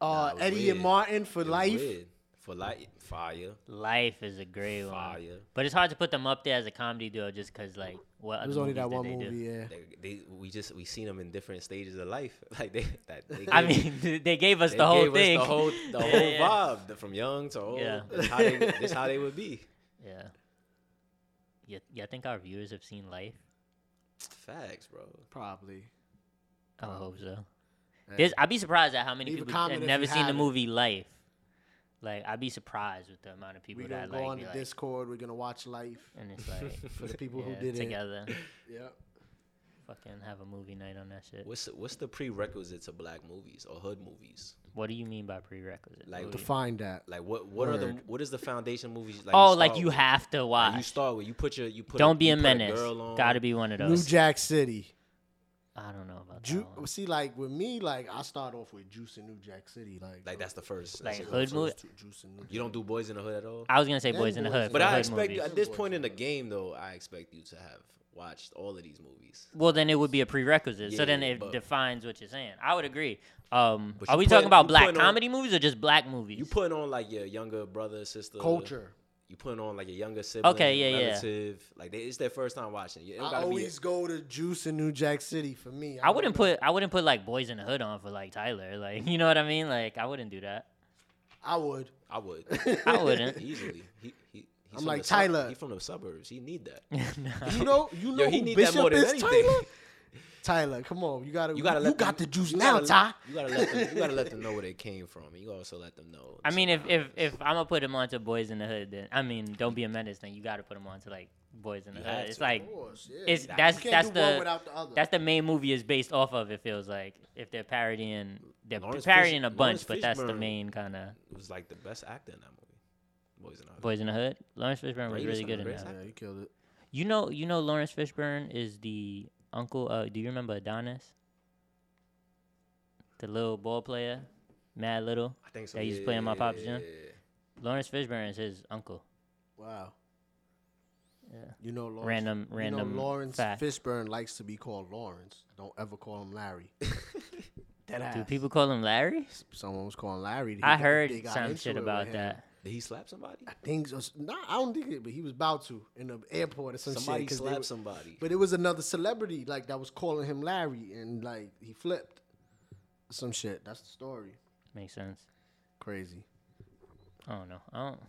Uh, it was Eddie weird. and Martin for It was life. weird. For life. Fire. Life is a great one, Fire. but it's hard to put them up there as a comedy duo just because like what It other was only that movies one did they do? movie. Yeah. They, they, we just we seen them in different stages of life. (laughs) Like they that. They I gave- mean, (laughs) they gave us they the whole gave thing. Us the (laughs) whole the Yeah, whole yeah. vibe the- from young to old. Yeah. That's how (laughs) they that's how they would be. Yeah. Yeah, yeah. I think our viewers have seen Life. Facts, bro. Probably. I would hope so. There's, I'd be surprised at how many Leave a people comment have if you never seen the have it. movie Life. Like, I'd be surprised with the amount of people We're gonna that go like, on be the like- Discord. We're gonna (laughs) watch Life and it's like for the people yeah, (laughs) who did it. (laughs) together. Yeah. Fucking have a movie night on that shit. What's what's the prerequisite to black movies or hood movies? What do you mean by prerequisite? Like What the do you- Find that. Like what what are the what is the foundation movies? Like oh, like start you with? have to Like, watch. you start with you put your you put Don't be you a put menace. girl on. Gotta be one of New those. Jack City. I don't know about Ju- that. One. see, like with me, like I start off with Juice and New Jack City. Like, like that's the first Like, that's the hood first. movie? Ju- Juice and New You don't do boys in the hood at all. I was gonna say Yeah, Boys in the Boys Hood, in But the for I hood expect movies. at this Boys point in in the the game though, I expect you to have watched all of these movies. Well, then it would be a prerequisite. so then Yeah, it but- defines what you're saying. I would agree. Um, But are you we put- talking about you black put on- comedy movies or just black movies? You putting on like your younger brother, sister. Culture. You putting on like your younger sibling. Okay, yeah, yeah. relative. Like they, it's their first time watching. it. It don't I gotta be- always go to Juice and New Jack City for me. I wouldn't don't know. put I wouldn't put like Boys in the Hood on for like Tyler. Like (laughs) you know what I mean? Like I wouldn't do that. (laughs) I would. I would (laughs) I wouldn't. easily. He, he, he's I'm from like, the sub- Tyler. he from the suburbs. He need that. No. You know, you know Yo, he who need Bishop that more than is, anything. Tyler. Tyler, come on, you gotta, you You gotta let got them- the (laughs) juice you now, gotta Ty. let- You gotta let them. You gotta let them know where they came from. and You also let them know. I mean, if (laughs) if if I'm gonna put him onto Boys in the Hood, then I mean, don't be a menace. Then you got to put him onto like Boys in the You Hood. have It's to. (laughs) like course, yeah. it's Oh, You that's can't that's do one the without the other. that's the main movie is based off of. It feels like if they're parodying they're Lawrence parodying Fish- a bunch, Lawrence but that's the Fishburne. main kind of it was like the best actor in that movie. Boys and Hood. Boys in the Hood. Lawrence Fishburne was Greatest really and good in greatest that. yeah, you killed it. You know, you know, Lawrence Fishburne is the uncle. Uh, do you remember Adonis? The little ball player, mad little. I think so. That used to play in my pops' gym? Lawrence Fishburne is his uncle. Wow. Yeah. You know, Lawrence, Random- you know random Lawrence fact. Fishburne likes to be called Lawrence. Don't ever call (laughs) him Larry. Dead ass. Do people call him Larry? Someone was calling Larry. He I got- heard they got some into shit it with about him. that. Did he slap somebody? Things, was, nah, I don't think it, but he was about to in the airport or some Somebody shit. 'cause they slapped was- somebody. But it was another celebrity like that was calling him Larry, and like he flipped. Some shit. That's the story. Makes sense. Crazy. I don't know. I don't.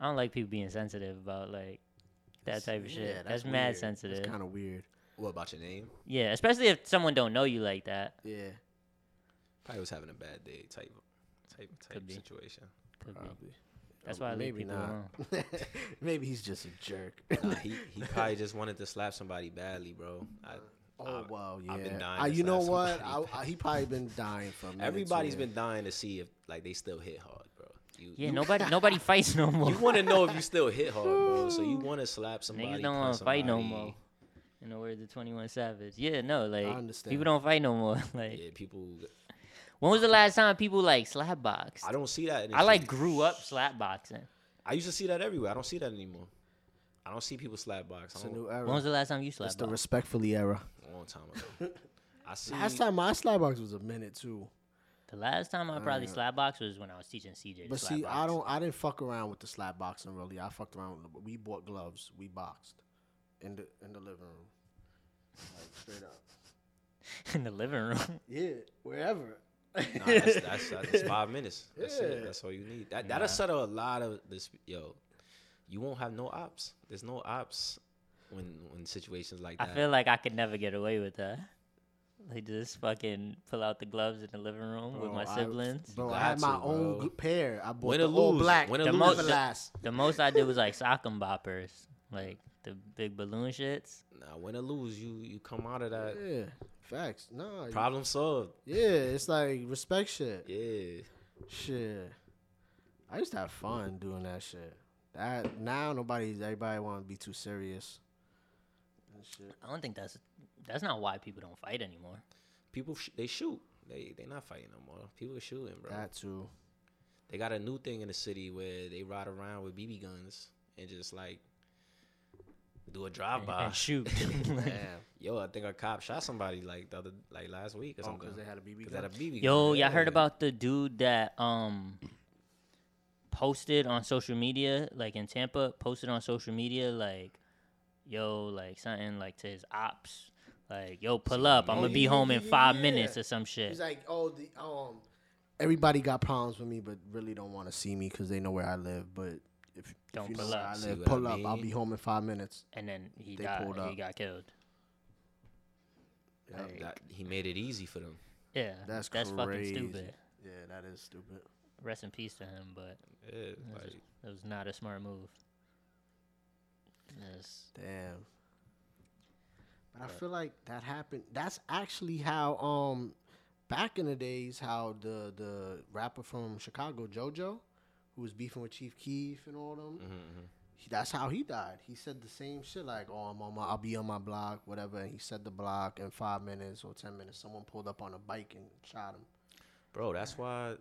I don't like people being sensitive about like that type of shit. that's mad sensitive. It's kind of weird. What about your name? Yeah, especially if someone don't know you like that. Yeah. Probably was having a bad day type type type be. situation. Could be. Probably. That's why I leave Oh, Maybe people not. alone. (laughs) Maybe he's just a jerk. (laughs) Nah, he he probably just wanted to slap somebody badly, bro. I, Oh I- wow, yeah. I've been dying Uh, to you know slap what? I, somebody. I, he probably been dying for. a minute, Everybody's too. been dying to see if like they still hit hard, bro. You, Yeah, you, nobody nobody fights no more. you want to know if (laughs) you still hit hard, bro. So you want to slap somebody. Niggas don't want to fight no more. In the words of Twenty One Savage, yeah, no, like understand. people don't fight no more. (laughs) like, Yeah, people. when was the last time people like slap boxed? I I, don't see that. in this like shit. grew up slap boxing. I used to see that everywhere. I don't see that anymore. I don't see people slap box. I It's a don't- new When was era. the last time you slap It's the boxed? respectfully era. a long time (laughs) ago. I see. Last time I slapbox was a minute too. the last time I probably slap boxed was when I was teaching CJ. to Uh, But slap see, box. I don't. I didn't fuck around with the slap boxing really. I fucked around. With, we bought gloves. We boxed in the in the living room, like straight (laughs) up. in the living (laughs) room. Yeah, wherever. (laughs) Nah, that's, that's, that's five minutes. That's Yeah. it. That's all you need. That that'll settle a lot of this. Yo, you won't have no ops. There's no ops when when situations like I that. feel like I could never get away with that. Like just fucking pull out the gloves in the living room with Bro, my I- siblins. bro, I Got had my to, own bro. gl- pair. I bought Win or the all lose. black. Win or the lose. never last. the most I did was like sock 'em boppers, like the big balloon shits. nah, win or lose, you you come out of that Yeah, facts. Nah, you- problem solved. yeah, it's like respect shit. Yeah, Shit. I used to have fun doing that shit. That now nobody's everybody wanna be too serious. And shit. I don't think that's that's not why people don't fight anymore. people sh- they shoot. They they not fighting no more. People are shooting, bro. That too. They got a new thing in the city where they ride around with BB guns and just like do a drive and, by (laughs) and shoot. Damn. Yo, I think a cop shot somebody like the other like last week or Oh, something. cause they had a BB Cause that gun. a BB Yo, gun. y'all heard Yeah. about the dude that um posted on social media, like in Tampa, posted on social media like, yo, like something like to his ops, like, yo, pull up, I'm Oh, gonna be yeah, home in yeah, five yeah. minutes or some He's shit. like, oh the um everybody got problems with me but really don't wanna see me because they know where I live, but if, Don't if you pull know where up. I See live, what I pull up, I'll mean? be home in five minutes. And then he They died. pulled He up. got killed. Like, That, he made it easy for them. yeah, That's that's, fucking crazy. stupid. Yeah, that is stupid. Rest in peace to him, but Yeah, that was, like, that was not a smart move. That's- Damn. But I feel like that happened. That's actually how um back in the days how the the rapper from Chicago JoJo who was beefing with Chief Keef and all them. mm-hmm, He, that's how he died. He said the same shit like, "Oh, I'm on my I'll be on my block, whatever." And he said the block in 5 minutes or 10 minutes someone pulled up on a bike and shot him. bro, that's why.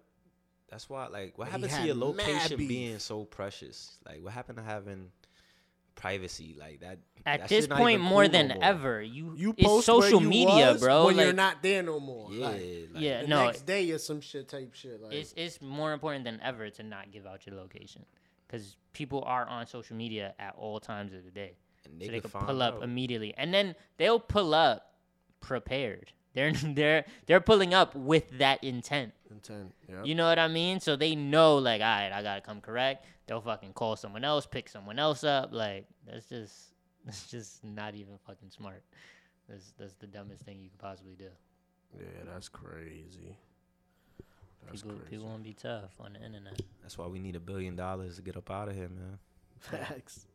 That's why, like, what He happened to had your mad location beef. being so precious? Like, what happened to having privacy? Like that. that At shit this not point, even more cool no than more. ever, you, You it's post social where you media, was bro. when you're like, not there no more. Yeah, Like, like, yeah, the no, next day or some shit type shit like it's it's more important than ever to not give out your location because people are on social media at all times of the day, and they, so they could can find pull up out. immediately, and then they'll pull up prepared. They're (laughs) they're they're pulling up with that intent. intent. Yeah. You know what I mean? So they know, like, all right, I gotta come correct. They'll fucking call someone else, pick someone else up. Like, that's just, (laughs) that's just not even fucking smart. That's that's the dumbest thing you could possibly do. Yeah, that's crazy. That's people crazy. people won't be tough on the internet. That's why we need a billion dollars to get up out of here, man. (laughs) Facts.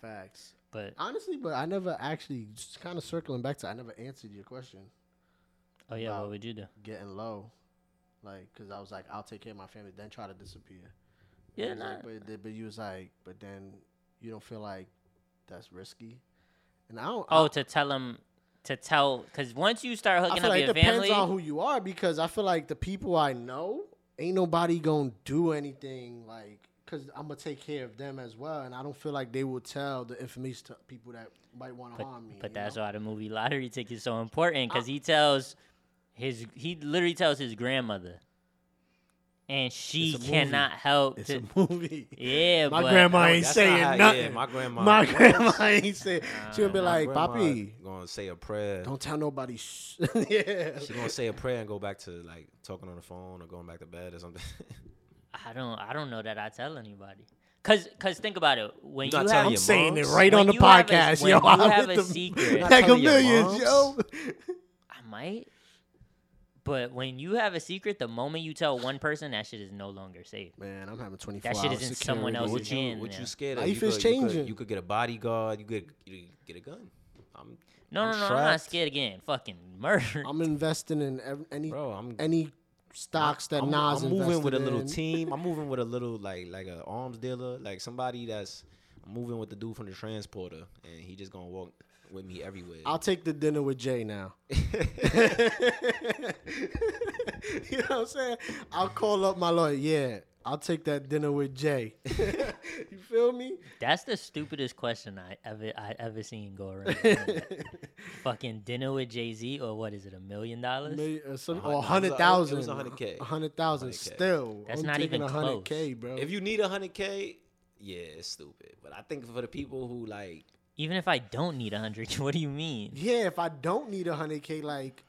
Facts. But Honestly, but I never actually just kind of circling back to I never answered your question. oh yeah, Wow. what would you do? Getting low, like because I was like, I'll take care of my family, then try to disappear. You Yeah, was like, nah. but th- but you was like, but then you don't feel like that's risky, and I don't. Oh, I, to tell them, to tell, because once you start Oh, I hooking feel up like it your depends family, on who you are because I feel like the people I know ain't nobody gonna do anything like because I'm gonna take care of them as well, and I don't feel like they will tell the information to people that might want to but, harm me. but you that's know? why the movie lottery ticket is so important because he tells his, he literally tells his grandmother, and she a movie. cannot help. it's to, a (laughs) movie. (laughs) Yeah, My but, No, grandma ain't that's not saying how- yeah, nothing. (laughs) my grandma. My grandma ain't saying. She would be my like, grandma "Papi, gonna say a prayer. don't tell nobody." Shh. (laughs) yeah. She gonna say a prayer and go back to like talking on the phone or going back to bed or (laughs) something. I don't I don't know that I tell anybody. Cause, cause think about it. When not you telling have, your Saying it moms? right When on the you have a- podcast, when yo. (laughs) you I'm have with a the secret- (laughs) like a Telling your million, moms? yo. I might. But when you have a secret, the moment you tell one person, that shit is no longer safe. Man, I'm having 24 That shit hours is in someone security. else's what you hand what now. you scared of? Life you could, you is could- You changing. could, get a bodyguard. You could you could get a gun. I'm No, no, I'm no, I'm not trapped. scared again. Fucking murder. I'm investing in ev- any bro. I'm any stocks that I'm, Nas I'm moving with a invested little in. team. I'm moving (laughs) with a little like like a arms dealer, like somebody that's I'm moving with the dude from the transporter, and he just gonna walk with me everywhere. (laughs) I'll take the dinner with Jay now. (laughs) you know what I'm saying? I'll call up my lawyer. Yeah, I'll take that dinner with Jay. (laughs) you (laughs) feel me? (laughs) That's the stupidest question I ever I ever seen (laughs) go around. the internet. Fucking dinner with Jay Z or what is it? A million dollars? Million, or uh, some, hundred- or it hundred was- thousand. it was 100K. hundred thousand. 100K. Still, That's I'm not taking even hundred k, bro. if you need a hundred k, yeah, it's stupid. But I think for the people who like Even if I don't need a hundred, (laughs) what do you mean? yeah, if I don't need hundred k, like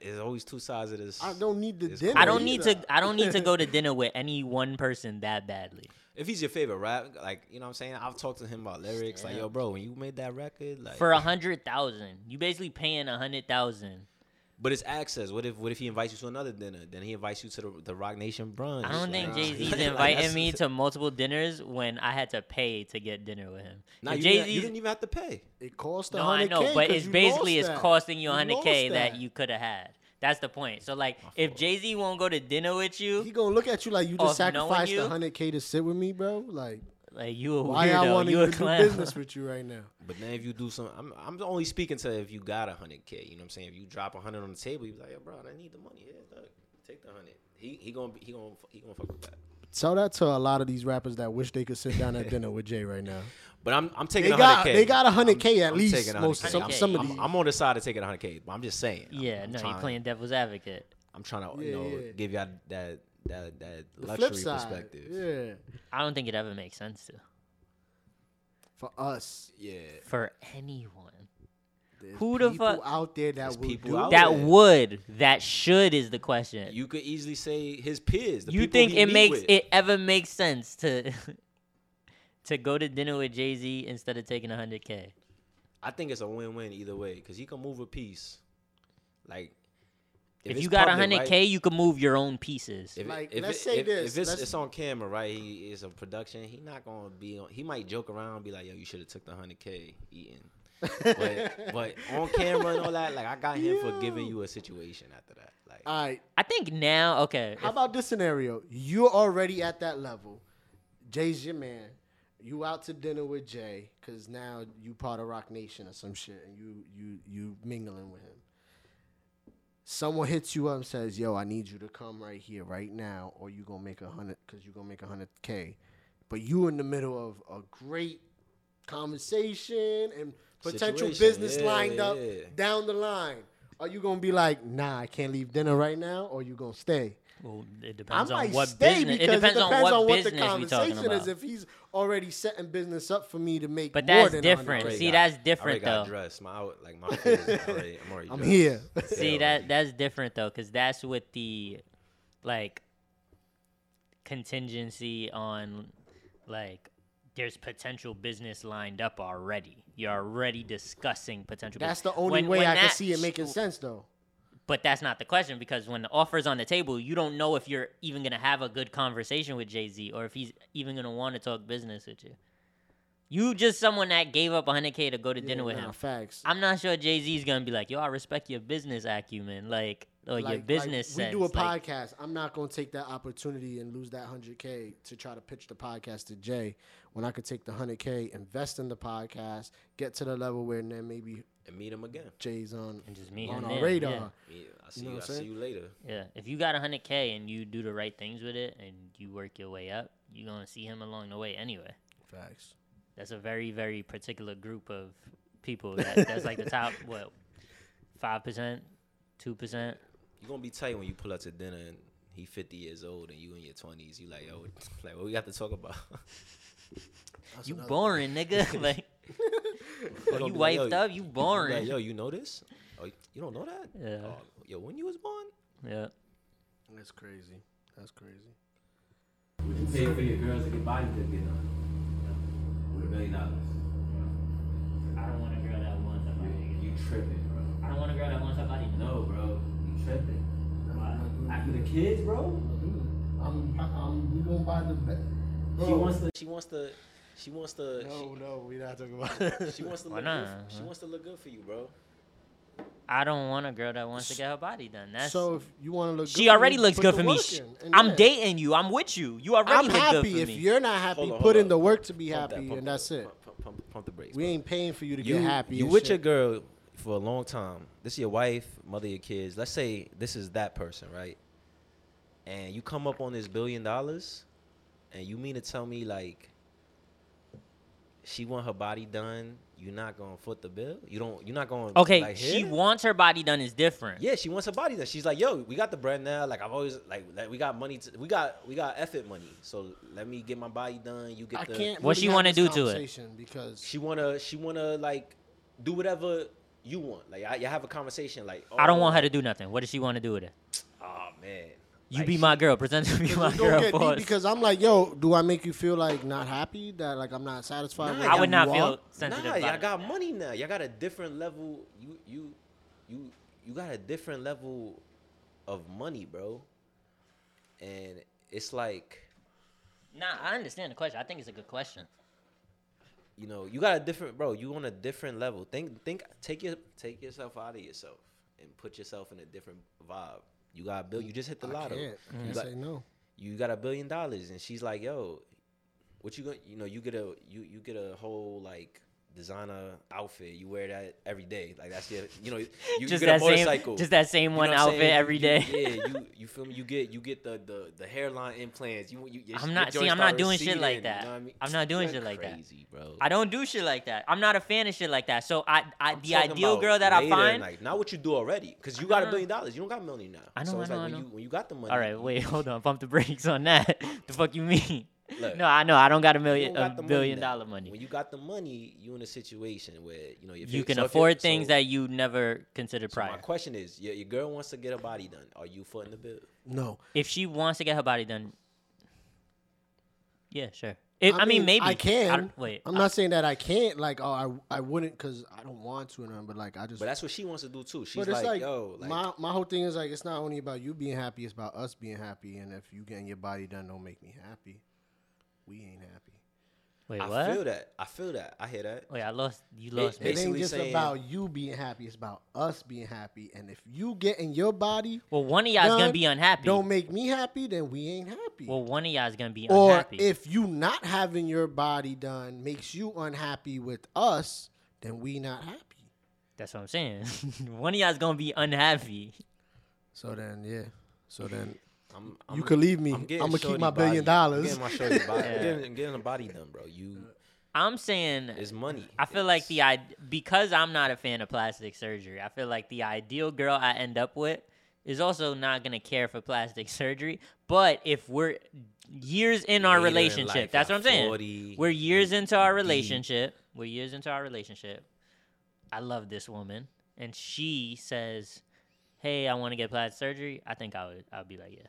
there's always two sides of this. I don't need the It's dinner. I don't need to either. I don't need to go to dinner with any one person that badly. If he's your favorite rap, like you know what I'm saying, I've talked to him about lyrics. Like, yo, bro, when you made that record, (laughs) like for a hundred thousand. You basically paying a hundred thousand. But it's access. What if what if he invites you to another dinner? Then he invites you to the, the Rock Nation brunch. I don't think Like, Jay (laughs) Z's like, inviting that's- me to multiple dinners when I had to pay to get dinner with him. Nah, If you, didn't, Jay-Z's you didn't even have to pay. (laughs) It costs no, I 100K know, but 'cause it's you basically lost it's that. costing you a hundred lost k that you could have had. That's the point. So like, if Jay Z won't go to dinner with He you, gonna look at you like you just Of knowing sacrificed you? a hundred k to sit with me, bro. Like like you a why I weirdo, want you to a do clown. (laughs) business with you right now? But then if you do some, I'm I'm only speaking to if you got a hundred k. You know what I'm saying? If you drop a hundred on the table, you be like, yo, bro, I need the money. Yeah, look, take the hundred. He he gonna be- he gonna he gonna fuck with that. Tell that to a lot of these rappers that wish they could sit down at dinner with Jay right now. But I'm I'm taking They a got 100k. they got a hundred k at I'm least. taking a Most 100K. some I'm, some of I'm- these. I'm on the side of taking a hundred k. But I'm just saying. I'm- Yeah, I'm no, trying, you playing devil's advocate. I'm trying to Yeah, you know yeah. give y'all that that that the luxury flip side, perspective. yeah. I don't think it ever makes sense to For us, yeah. for anyone. there's Who the people fuck- out there that There's will people do out That there. (laughs) would, that should is the question. You could easily say his peers. The you people think he it meet makes with. it ever makes (laughs) sense to to go to dinner with Jay Z instead of taking hundred k? I think it's a win-win either way because he can move a piece. Like, If, it's you got public, hundred right, k, you can move your own pieces. If, it- Like, if let's it- say if- this, If it's, let's- it's on camera, right? He is a production. He not gonna be on. He might joke around, be like, "Yo, you should have took the hundred k eating." (laughs) but, but on camera and all that, like I got him for giving you a situation after that. Like All right. I think now, okay, How if- about this scenario? You're already at that level. Jay's your man. You out to dinner with Jay because now you part of Rock Nation or some shit, and you you you mingling with him. Someone hits you up and says, "Yo, I need you to come right here, right now, or you gonna make a hundred because you gonna make a hundred k." But you in the middle of a great conversation and potential Situation, business yeah, lined up yeah. down the line. Are you gonna be like, "Nah, I can't leave dinner right now," or you gonna stay? well, it depends I might on what stay business. It because depends, on what the business we talking conversation about. is. If he's already setting business up for me to make, But more that's than different. already See, got- that's I already different got though. dressed. My out- like my face is already, I'm already. (laughs) I'm dressed. (laughs) here. See Yeah, that that's different though, because that's with the like contingency on like there's potential business lined up already. You're already discussing potential. (laughs) That's business. the only When- way when I can that- see it making sense, though. But that's not the question because when the offer's on the table, you don't know if you're even gonna have a good conversation with Jay Z or if he's even gonna want to talk business with you. You just someone that gave up 100k to go to dinner Yeah, with nah, him. Facts. I'm not sure Jay Z is gonna be like, "Yo, I respect your business acumen, like or your business like, sense." We do a like, podcast. I'm not gonna take that opportunity and lose that hundred k to try to pitch the podcast to Jay when I could take the hundred k, invest in the podcast, get to the level where then maybe and meet him again. Jay's on And just meet on him our then, radar. yeah. Yeah, I see know you. I what I'm see saying? you later. Yeah, if you got 100k and you do the right things with it and you work your way up, you're gonna see him along the way anyway. Facts. That's a very very particular group of people. That, that's like the top (laughs) what five percent, two percent. You gonna be tight when you pull up to dinner and he 50 years old and you in your 20s. You like, yo, (laughs) like what we got to talk about? (laughs) You boring, nigga. (laughs) like They you gonna be like, wiped yo, up, you You be boring. Like, yo, you know this? Oh, you don't know that? Yeah. Oh, yo, when you was born? yeah. That's crazy. That's crazy. Would you pay for your girls to get body to get done? With a million dollars. I don't want a girl that wants You tripping, bro. I don't want a girl that wants somebody. No, bro. You tripping. After the kids, bro? I'm, I'm, we gonna buy the best. She wants to. She wants to. She wants to. No, no, we're not talking about it. she, (laughs) she wants to Why look. not, good, she huh? wants to look good for you, bro. I don't want a girl that wants to get her body done. That's so if you want to look, She good already for you, looks put good the for me. work Sh- in, and I'm yeah. dating you. I'm with you. You already I'm look good happy for if me. you're not happy. Hold on, put hold in on. the work to be Pump that, happy, pump and the- that's it. Pump, pump, pump, pump the brakes. We bro. ain't paying for you to you, get happy. You and with your shit. girl for a long time. This is your wife, mother of your kids. Let's say this is that person, right? And you come up on this billion dollars, and you mean to tell me like she want her body done? You're not gonna foot the bill? You don't? You're not gonna? okay, like, she hit? wants her body done is different. Yeah, she wants her body done. She's like, yo, we got the bread now. Like I've always like, like we got money. To, we got we got effort money. So let me get my body done. You get I the. can't. What she wanna want to do to it? (laughs) Because She wanna she wanna like do whatever you want. Like I, you have a conversation. Like I don't Oh. want her to do nothing. What does she want to do with it? Oh man. You Like, be she- my girl. Present to be It's my gonna girl. get deep boss. because I'm like, yo, do I make you feel like not happy? That like I'm not satisfied. Nah, with I what I would you not feel want? sensitive. Nah, about y'all it. got money now. Y'all got a different level. You you you you got a different level of money, bro. And it's like Nah, I understand the question. I think it's a good question. you know you got a different bro. You on a different level. Think think take your take yourself out of yourself and put yourself in a different vibe. You got a bill. You just hit the I lotto. can't. I You can't got- say no. you got a billion dollars and she's like yo what you gonna you know you get a you you get a whole like designer outfit you wear that every day like that's your you know you, you just get that a motorcycle same, just that same You know one what I'm outfit saying? You- every you- day. (laughs) yeah you you feel me you get you get the the, the hairline implants you, you your- I'm your not- see, joints I'm not start doing shit like receding, you know that. what I mean? I'm not doing You're shit like that. crazy, bro I don't do shit like that. I'm not a fan of shit like that. So I, I I'm the talking ideal about girl that later in I find. life, not what you do already because you I got a know. billion dollars you don't got a million now I know, so I it's know, I like when know. you when you got the money All right, you- wait, hold on. Pump the brakes on that. (laughs) the fuck you mean? Look. no, I know. I don't got a you million, don't a got the money billion now. dollar money. When you got the money, you in a situation where you know your you fa- can so if your- afford things so- that you never considered So my prior. question is, your, your girl wants to get her body done. Are you footing the bill? No. if she wants to get her body done, yeah, sure. If, I, mean, maybe I can. don't- wait, I'm I- not saying that I can't. Like, oh, I I wouldn't because I don't want to, and I'm- but like I just. But that's what she wants to do too. She's but it's like, like, yo, like, my my whole thing is like it's not only about you being happy, it's about us being happy. And if you getting your body done don't make me happy, we ain't happy. wait, I what? feel that. I feel that. I hear that. Wait, I lost. You lost me. It ain't Basically just saying- about you being happy, it's about us being happy. And if you getting your body Well, one of y'all is gonna done be unhappy. don't make me happy, then we ain't happy. well, one of y'all is gonna be or unhappy. if you not having your body done makes you unhappy with us, then we not happy. That's what I'm saying. (laughs) one of y'all is gonna be unhappy. So then, yeah. So then I'm, you could leave me. I'm, getting gonna keep shorty my body. billion dollars. I'm getting my shorty body. (laughs) Yeah. I'm getting, I'm getting a body done, bro. You, I'm saying it's money. I feel It's- like the I because I'm not a fan of plastic surgery. I feel like the ideal girl I end up with is also not gonna care for plastic (laughs) surgery. But if we're years in our Later in relationship, life, that's at what I'm saying. 40, we're years you- into our you deep. relationship. We're years into our relationship. I love this woman, and she says, "Hey, I want to get plastic surgery." I think I would. I'd be like, "Yeah,"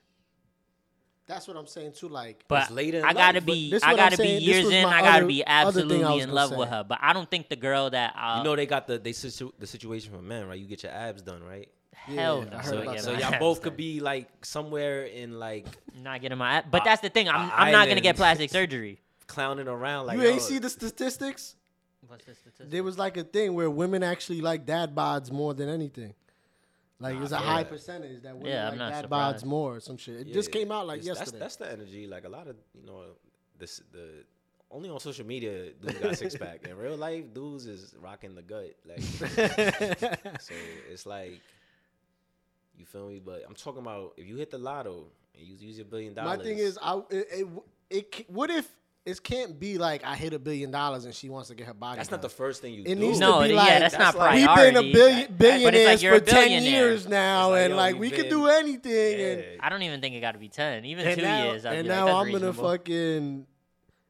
That's what I'm saying too. Like but It's later in I gotta life, but be. this I what I'm gotta be saying, this years was in. my I gotta other- be other thing I absolutely was in gonna love with say. her. But I don't think the girl that uh, I You know they got the they situ, the situation for men, right? You get your abs done, right? hell Yeah, no. I heard So, about so that. (laughs) y'all both could be like somewhere in like not getting my. But I- that's the thing. I'm, I- I'm not gonna get island. plastic surgery. clowning around. Like oh, you ain't yo, see the statistics. What's the statistic? There was like a thing where women actually like dad bods more than anything. Like it's a I feel high that. percentage that women Yeah, I'm like not dad surprised. bods more or some shit. It Yeah, just came out like it's- yesterday. That's, that's the energy. Like a lot of you know this the only on social media dudes got (laughs) six pack. In real life, dudes is rocking the gut. Like so, it's like you feel me. But I'm talking about if you hit the lotto and you use your billion dollars. My thing is, I it, it, it ca- what if it can't be like I hit a billion dollars and she wants to get her body. that's not the done. first thing you do. It needs to no, be yeah, like- that's not that's like- priority. We've That- We've been a billion, that- billionaires you're a for ten billionaire. years now, It's like, and yo, like we've we could been- do anything. And, I don't even think it got to be ten. Even and two now, years. I'd and be like, now "That's I'm gonna reasonable." fucking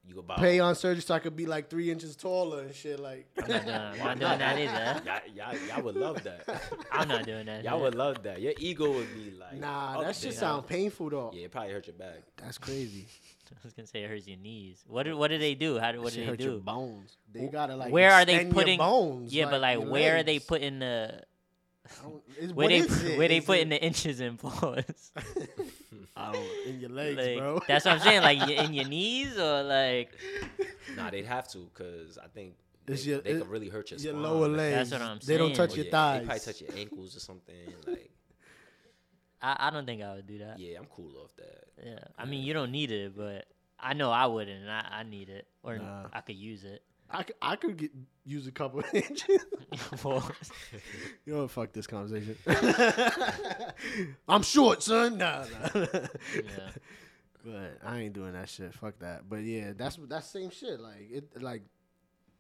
you go buy. pay on surgery so I could be like three inches taller and shit. Like I'm not, doing- I'm not doing that either. (laughs) Y'all, y'all, y'all would love that. (laughs) I'm not doing that. y'all either. would love that. Your ego would be like, (laughs) Nah, up that shit there. sound painful though. Yeah, it probably hurt your back. That's crazy. I was gonna say it hurts your knees. What do, what do they do? How do (laughs) what Shit do they hurt your do? bones. They gotta like where are they extend your putting bones? Yeah, but like your where are they legs. putting the I don't- it's- where what they is it? where they Is putting it the inches and (laughs) paws? I don't- in your legs, Like, bro? that's what I'm saying. Like (laughs) y- in your knees or like Nah, they'd have to because I think they, It's your- they it- could really hurt your, (laughs) your spine. lower Like, legs. That's what I'm They don't saying. Oh, touch or your They probably thighs. touch your ankles or something. (laughs) Like, I, I don't think I would do that. yeah, I'm cool off that. Yeah. I mean, you don't need it, but I know I wouldn't. and I, I need it, or Nah. I could use it. I could, I could get use a couple (laughs) inches. (laughs) Well, you know, what, fuck this conversation. (laughs) I'm short, son. Nah, nah. (laughs) yeah. But I ain't doing that shit. Fuck that. But yeah, that's that's same shit. Like it like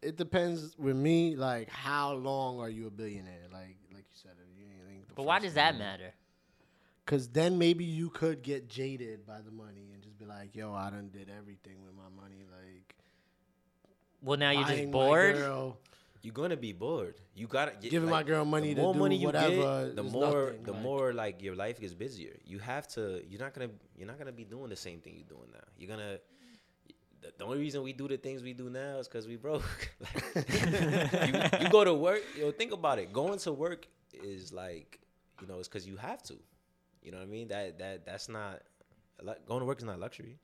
it depends with me, like how long are you a billionaire? Like like you said, if you ain't think the But why first does that thing- matter? Cause then maybe you could get jaded by the money and just be like, yo, I done did everything with my money. Like Well, now you're buying just my bored. girl, You're gonna be bored. You gotta get, giving my like, girl money to do whatever. the is more nothing, the like- more like your life gets busier. You have to. You're not gonna. You're not gonna be doing the same thing you're doing now. You're gonna. The, the only reason we do the things we do now is because we broke. (laughs) like, you, you go to work. Yo, think about it. Going to work is like, you know, it's because you have to. You know what I mean? That that that's not. a lot- Going to work is not luxury.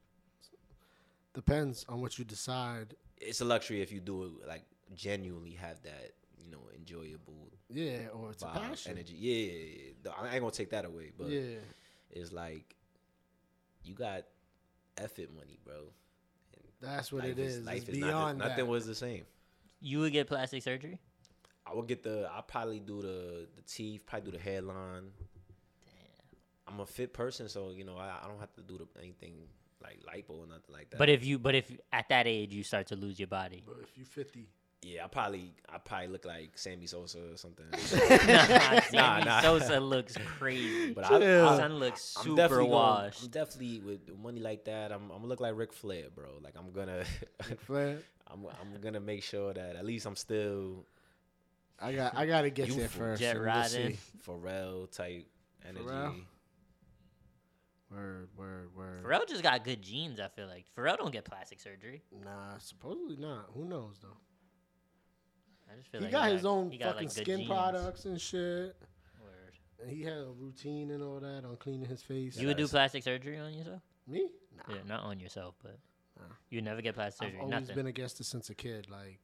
depends on what you decide. It's a luxury if you do it like genuinely have that you know enjoyable Yeah, or it's a vibe, passion. energy. Yeah, yeah, yeah, yeah. No, I ain't gonna take that away, but Yeah. it's like you got effort money, bro. That's what life it is. Life it's is not the- beyond that. nothing was the same. You would get plastic surgery. I would get the. I probably do the the teeth. Probably do the hairline. I'm a fit person, so you know I, I don't have to do the, anything like lipo or nothing like that. But if you, but if at that age you start to lose your (laughs) body, (laughs) But if you 50, yeah, I probably I probably look like Sammy Sosa or something. (laughs) nah, Sammy (laughs) nah. Sosa looks crazy. But But I, I, son looks I'm super definitely gonna- washed. I'm definitely with money like that. I'm I'm gonna look like Ric Flair, bro. Like I'm gonna (laughs) Flair, I'm I'm gonna make sure that at least I'm still I (laughs) got I gotta get there Youthful. first. Jet and we'll riding. see. Pharrell type energy. Pharrell? Word, word, word. Pharrell just got good genes. I feel like Pharrell don't get plastic surgery. Nah, supposedly not. Who knows though? I just feel he like got his own he fucking got, like, good skin genes. products and shit. Word. And he had a routine and all that on cleaning his face. You would do Nice. plastic surgery on yourself? me? Nah. Yeah, not on yourself, but Nah. you never get plastic I've surgery. always Nothing been against it since a kid. Like,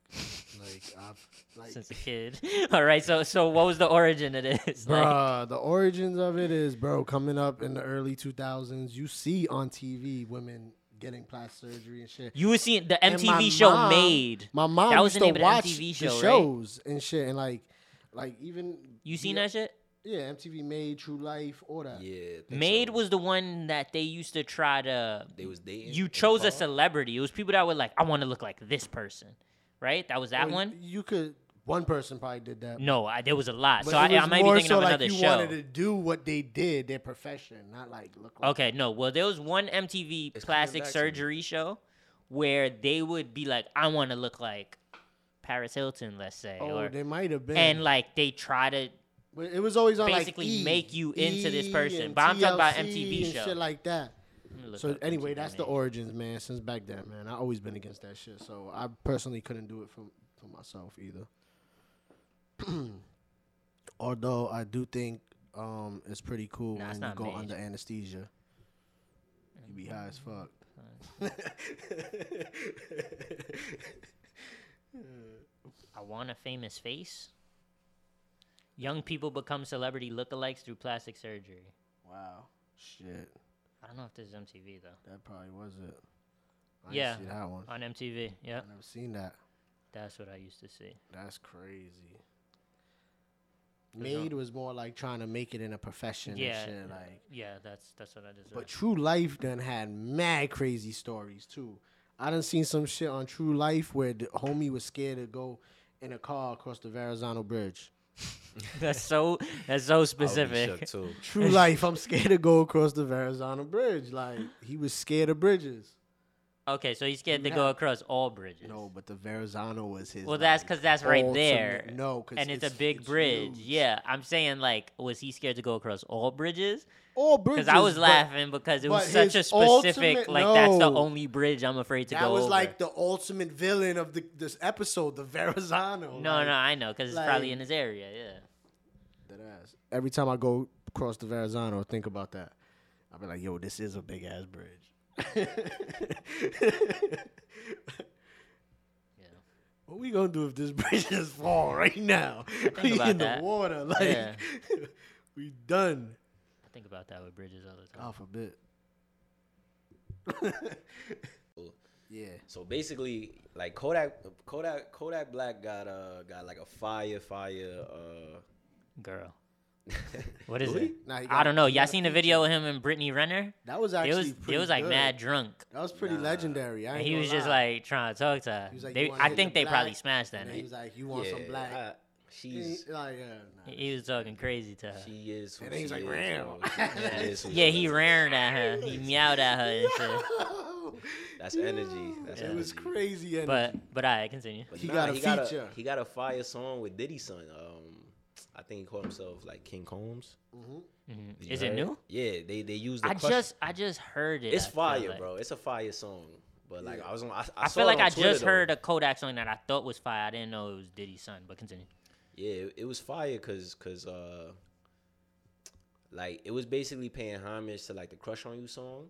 like I've (laughs) like. since a kid. (laughs) All right, so so what was the origin of this? Like, Bruh, the origins of it is, bro, coming up in the early 2000s, you see on TV women getting plastic surgery and shit. you were seeing the And my MTV show mom- Made. My mom That was used the to name of the watch MTV the show, right? shows and shit, and like, like even You seen yeah, that shit? Yeah, MTV Made, True Life, all that. Yeah. I think Made so. was the one that they used to try to. They was dating. in You the chose a car? celebrity. It was people that were like, I want to look like this person, right? That was that Or one. You could. One person probably did that. No, I, there was a lot. But so it I, I was might be more thinking so of like another you show. wanted to do what they did, their profession, not like look. Like Okay, no. Well, there was one MTV It's coming plastic back to me. surgery show where they would be like, I want to look like Paris Hilton, let's say. Oh, or, they might have been. and like they try to. But it was always on basically like E, make you into this E person. and But I'm talking about TLC MTV and show. shit like that. let me look So up anyway, MTV that's the Made. origins, man. Since back then, man, I always been against that shit. So I personally couldn't do it for for myself either. (clears throat) Although I do think um, it's pretty cool Nah, it's when not you go made. under anesthesia. You be high as fuck. I want a famous face. Young people become celebrity lookalikes through plastic surgery. wow, shit, I don't know if this is MTV though. that probably was it. I didn't Yeah. see that one. On MTV, yeah, I never seen that. that's what I used to see. That's crazy. There's no- Made was more like trying to make it in a profession Yeah, and shit. Like, yeah, that's that's what I deserve. but True Life done had mad crazy stories too. I done seen some shit on True Life where the homie was scared to go in a car across the Verrazano Bridge. (laughs) that's so that's so I would be specific. (laughs) shook, too. True Life, I'm scared to go across the Verrazano Bridge. Like he was scared of bridges. Okay, so he's scared to go Yeah. across all bridges. No, but the Verrazano was his. Well, that's like, because that's right ultimate- there. No, 'cause and it's, it's a big it's bridge. huge. Yeah, I'm saying like, was he scared to go across all bridges? all bridges. Because I was but- laughing because it was but such a his specific ultimate- like that's the no. only bridge I'm afraid to that go was over. like the ultimate villain of the this episode, the Verrazano. no, like, no, I know because it's probably like- in his area. Yeah. That ass. Every time I go across the Verrazano, I think about that. I'll be like, yo, this is a big ass (laughs) bridge. What we gonna do if this (laughs) bridge just fall right now? We about in that. the water, like Yeah. (laughs) we done. I think about that with bridges all the time. God forbid. (laughs) yeah. So basically, like Kodak, Kodak, Kodak Black got uh got like a fire, fire. Uh, (laughs) Girl, what is Really? it? Nah, I he Oh. got- don't know. he Y'all got a seen the video of him and Brittany Renner? That was It actually was pretty it was like good. mad drunk. That was pretty Nah. legendary. I And ain't he gonna was just lie. like trying to talk to her. He was like, they, "You wanna I hit think the they probably black?" smashed that And he night. was like, "You want some yeah, black?" I- she's He- like, yeah, nah. He was talking crazy to her. she is. Who And he's she like, is, "Ram." bro. She- she (laughs) is who Yeah, she he is. ran at her. He meowed at her and shit. (laughs) That's energy. That's it was energy. crazy energy. But but I continue. But He nah, got a he feature. he got a fire song with Diddy son. Um, I think he called himself like King Combs. Mm-hmm. Mhm. Did you Is hear it new? Yeah, they they used. The I crush- just I just heard it. it's I feel fire, like. bro. It's a fire song. But like Yeah. I was on. I, I, I saw feel it like on I Twitter, just though. heard a Kodak song that I thought was fire. I didn't know it was Diddy's son, but continue. Yeah, it, it was fire, cause cause uh, like it was basically paying homage to like the Crush on You song,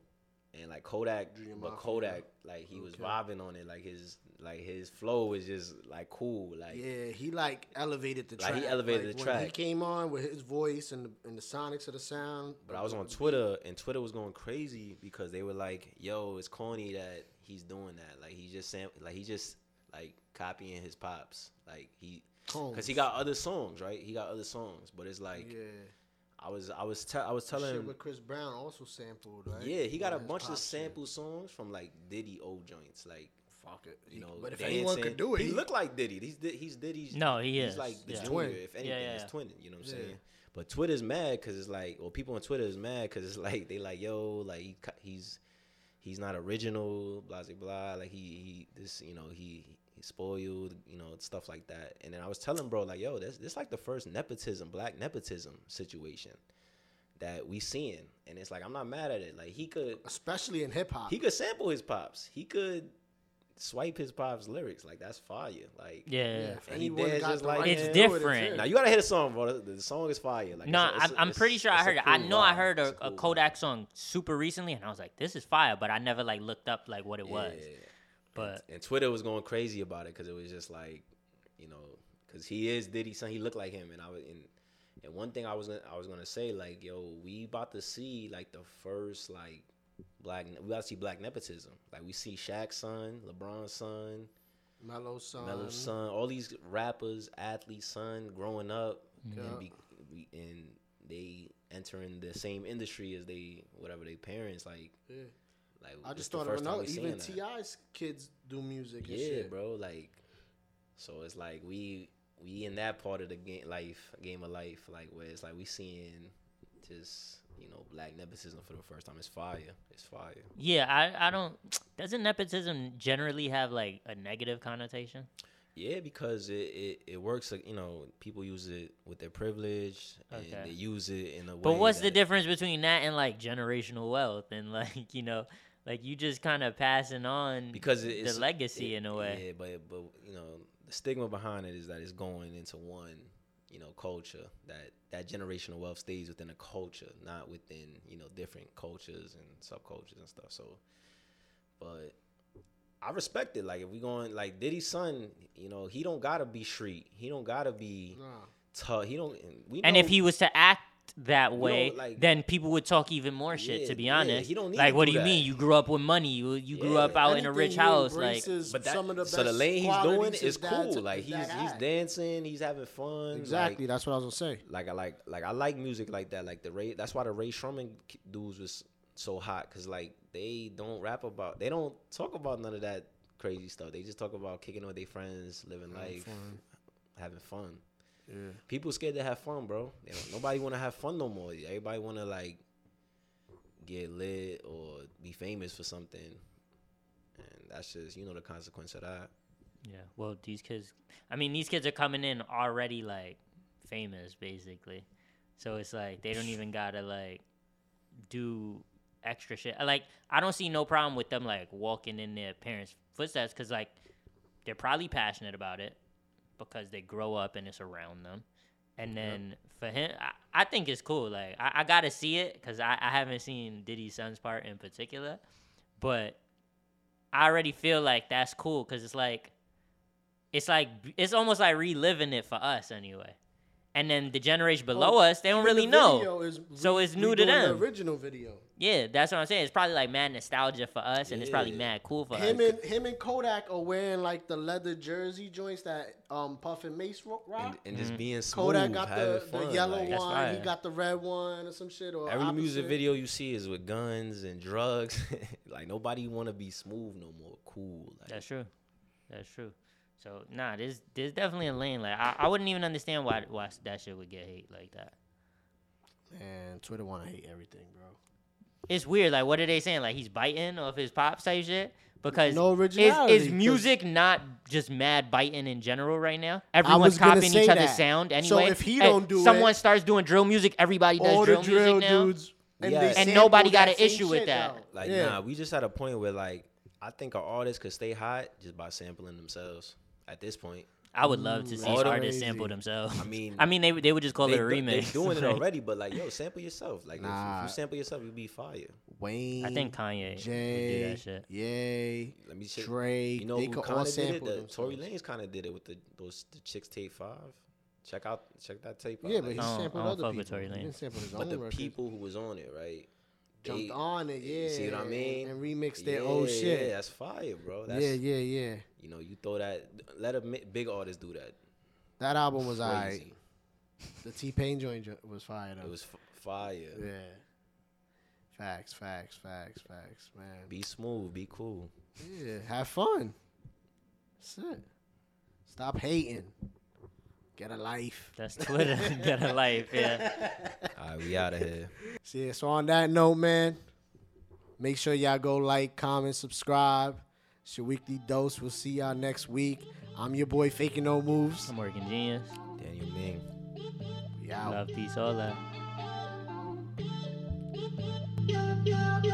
and like Kodak, Junior but Mafia. Kodak like he was Okay. vibing on it, like his like his flow was just like cool, like yeah, he like elevated the Like, track. he elevated the when He track. came on with his voice and the, and the sonics of the sound. But I was on Twitter and Twitter was going crazy because they were like, "Yo, it's corny that he's doing that. Like he's just sam- like he just like copying his pops. Like he because he got other songs, right? He got other songs, but it's like yeah, I was I was te- I was telling shit him, with Chris Brown also sampled. Right? yeah, he got a On his bunch of pop shit. sample songs from like Diddy old joints, like Fuck it. you know, but if anyone could dancing. do it, he looked like Diddy. He's Di- he's Diddy's No, he he's is. like the Yeah. junior, Twin. if anything, yeah, it's yeah. twinning. You know what I'm Yeah. saying? But Twitter's mad because it's like, or people on Twitter is mad because it's (laughs) like they like, yo, like he, co- he's he's not original, blah blah blah. Like he he this you know he he spoiled, you know stuff like that. And then I was telling bro like, yo, this this like the first nepotism, black nepotism situation. that we seeing, and it's like I'm not mad at it. Like he could especially in hip hop. he could sample his pops. He could swipe his pops lyrics. Like that's fire. Like Yeah. Yeah, if And he anyone did got just the like right It's to do him. it, different. Now you gotta hear the song, bro. The, the song is fire. Like, No, it's a- it's a- I, I'm it's- pretty sure I it's a heard. it. I cool know I vibe. heard It's a, a cool Kodak song super recently, and I was like, "This is fire," but I never like looked up like what it vibe. was. Yeah. But and Twitter was going crazy about it because it was just like, you know, because he is Diddy's son. He looked like him, and I was and and one thing I was gonna, I was gonna say like, yo, we about to see like the first like black we about to see black nepotism. Like we see Shaq's son, LeBron's son, Mellow son. Melo's son, all these rappers, athletes, son, growing up and, be, be, and they entering the same industry as they whatever they parents like. Yeah. Like I this just the thought of first time another. we seeing Even that. Ti's kids do music. And Yeah, shit. bro. Like, so it's like we we in that part of the game life game of life, like where it's like we seeing just you know black nepotism for the first time. It's fire. It's fire. yeah, I, I don't. Doesn't nepotism generally have like a negative connotation? Yeah, because it, it, it works. Like, you know, people use it with their privilege, Okay. and they use it in a way. But what's the that- difference between that and like generational wealth and (laughs) like you know, like you just kind of passing on Because it- Mm-hmm. the it's legacy it- in a way. Yeah, but but you know the stigma behind it is that it's going into one you know culture that that generational wealth stays within a culture, not within you know different cultures and subcultures and stuff. So, but I respect it. Like if we going like Diddy's son, you know he don't gotta be street. He don't gotta be Nah. tough. He don't. and We And if know- he was to act that way, like- then people would talk even more shit. Yeah, to be yeah, honest, he don't need like to what do do you that. mean? You grew up with money. You you grew Yeah. up out in a Anything rich you house. Like embrace is But that, some of the so the best lane he's doing qualities is that- cool. that Like he's he's act. dancing, he's having fun. like, Exactly. that's what I was gonna say. like I like like I like music like that. Like the Ray, that's why the Ray Sherman k- dudes was so hot because like they don't rap about, they don't talk about none of that crazy stuff. They just talk about kicking with their friends, living life, fun. having fun. Yeah. People scared to have fun, bro. They don't, nobody want to have fun no more. Everybody want to like get lit or be famous for something, and that's just you know the consequence of that. Yeah. Well, these kids. I mean, these kids are coming in already like famous, basically. So it's like they don't even gotta like do extra shit. Uh, Like I don't see no problem with them like walking in their parents' footsteps because like they're probably passionate about it because they grow up and it's around them. And then for him, I, I think it's cool. Like I, I gotta see it because I, I haven't seen Diddy's son's part in particular, but I already feel like that's cool because it's like it's like it's almost like reliving it for us anyway. And then the generation below Oh, us, they don't Even really the know. video is So re- it's new to redoing the them. original video. Yeah, that's what I'm saying. It's probably like mad nostalgia for us, and it's probably Yeah. mad cool for Him us. and him and Kodak are wearing like the leather jersey joints that um Puff and Mace ro- rock. And, and just being smooth, Kodak got having the, fun, the yellow like- That's one. He fire. got the red one or some shit. Or Every music opposite. video you see is with guns and drugs. (laughs) like nobody want to be smooth no more, cool. Like, That's true. That's true. So nah, there's there's definitely a lane. Like I, I wouldn't even understand why why that shit would get hate like that. Man, Twitter want to hate everything, bro. It's weird. Like what are they saying? Like he's biting off his pops type shit. Because No is- originality, is, 'cause- music not just mad biting in general right now? I was Everyone's gonna copying each say other's that. sound So anyway. if he Hey, don't do someone it- starts doing drill music, everybody does All drill, the drill music now. dudes. Yeah. they And sample nobody got that an same issue with shit that. out. like Yeah. nah, we just at a point where like I think an artist could stay hot just by sampling themselves. At this point, I would love to see All the- artists sample themselves. I mean, I mean, they they would just call it a do- remix. (laughs) doing it Like, already, but like yo, sample yourself. Like if- if, Nah. you sample yourself, you be fire. Wayne. I think Kanye would do Jay. that shit. Yay. Let me check. Drake. you know they who could kind all of did it? sample The, Tory themselves. Lanez kind of did it with the those the chicks tape five. Check out check that tape. out. Yeah, but like, he I don't- sampled I don't other fuck with people. Tory He Lanez. didn't sample his but own the records. people who was on it, right? jumped they- on it, yeah. you see what I and- mean? And remixed their old Yeah, shit. Yeah, that's fire, bro. That's, yeah, yeah, yeah. You know, you throw that. Let a mi- big artist do that. That album was Crazy. alright. The T Pain joint jo- was fire though. It was f- fire. yeah. Facts, facts, facts, facts, man. Be smooth. Be cool. yeah, have fun. That's it. Stop hating. Get a life. That's (laughs) Twitter. Get a life. Yeah. (laughs) All right, we out of here. So, yeah, so on that note, man, make sure y'all go like, comment, subscribe. It's your weekly dose. We'll see y'all next week. I'm your boy, Faking No Moves. I'm working genius. Daniel Ming. We out. Love, peace, all that. You'll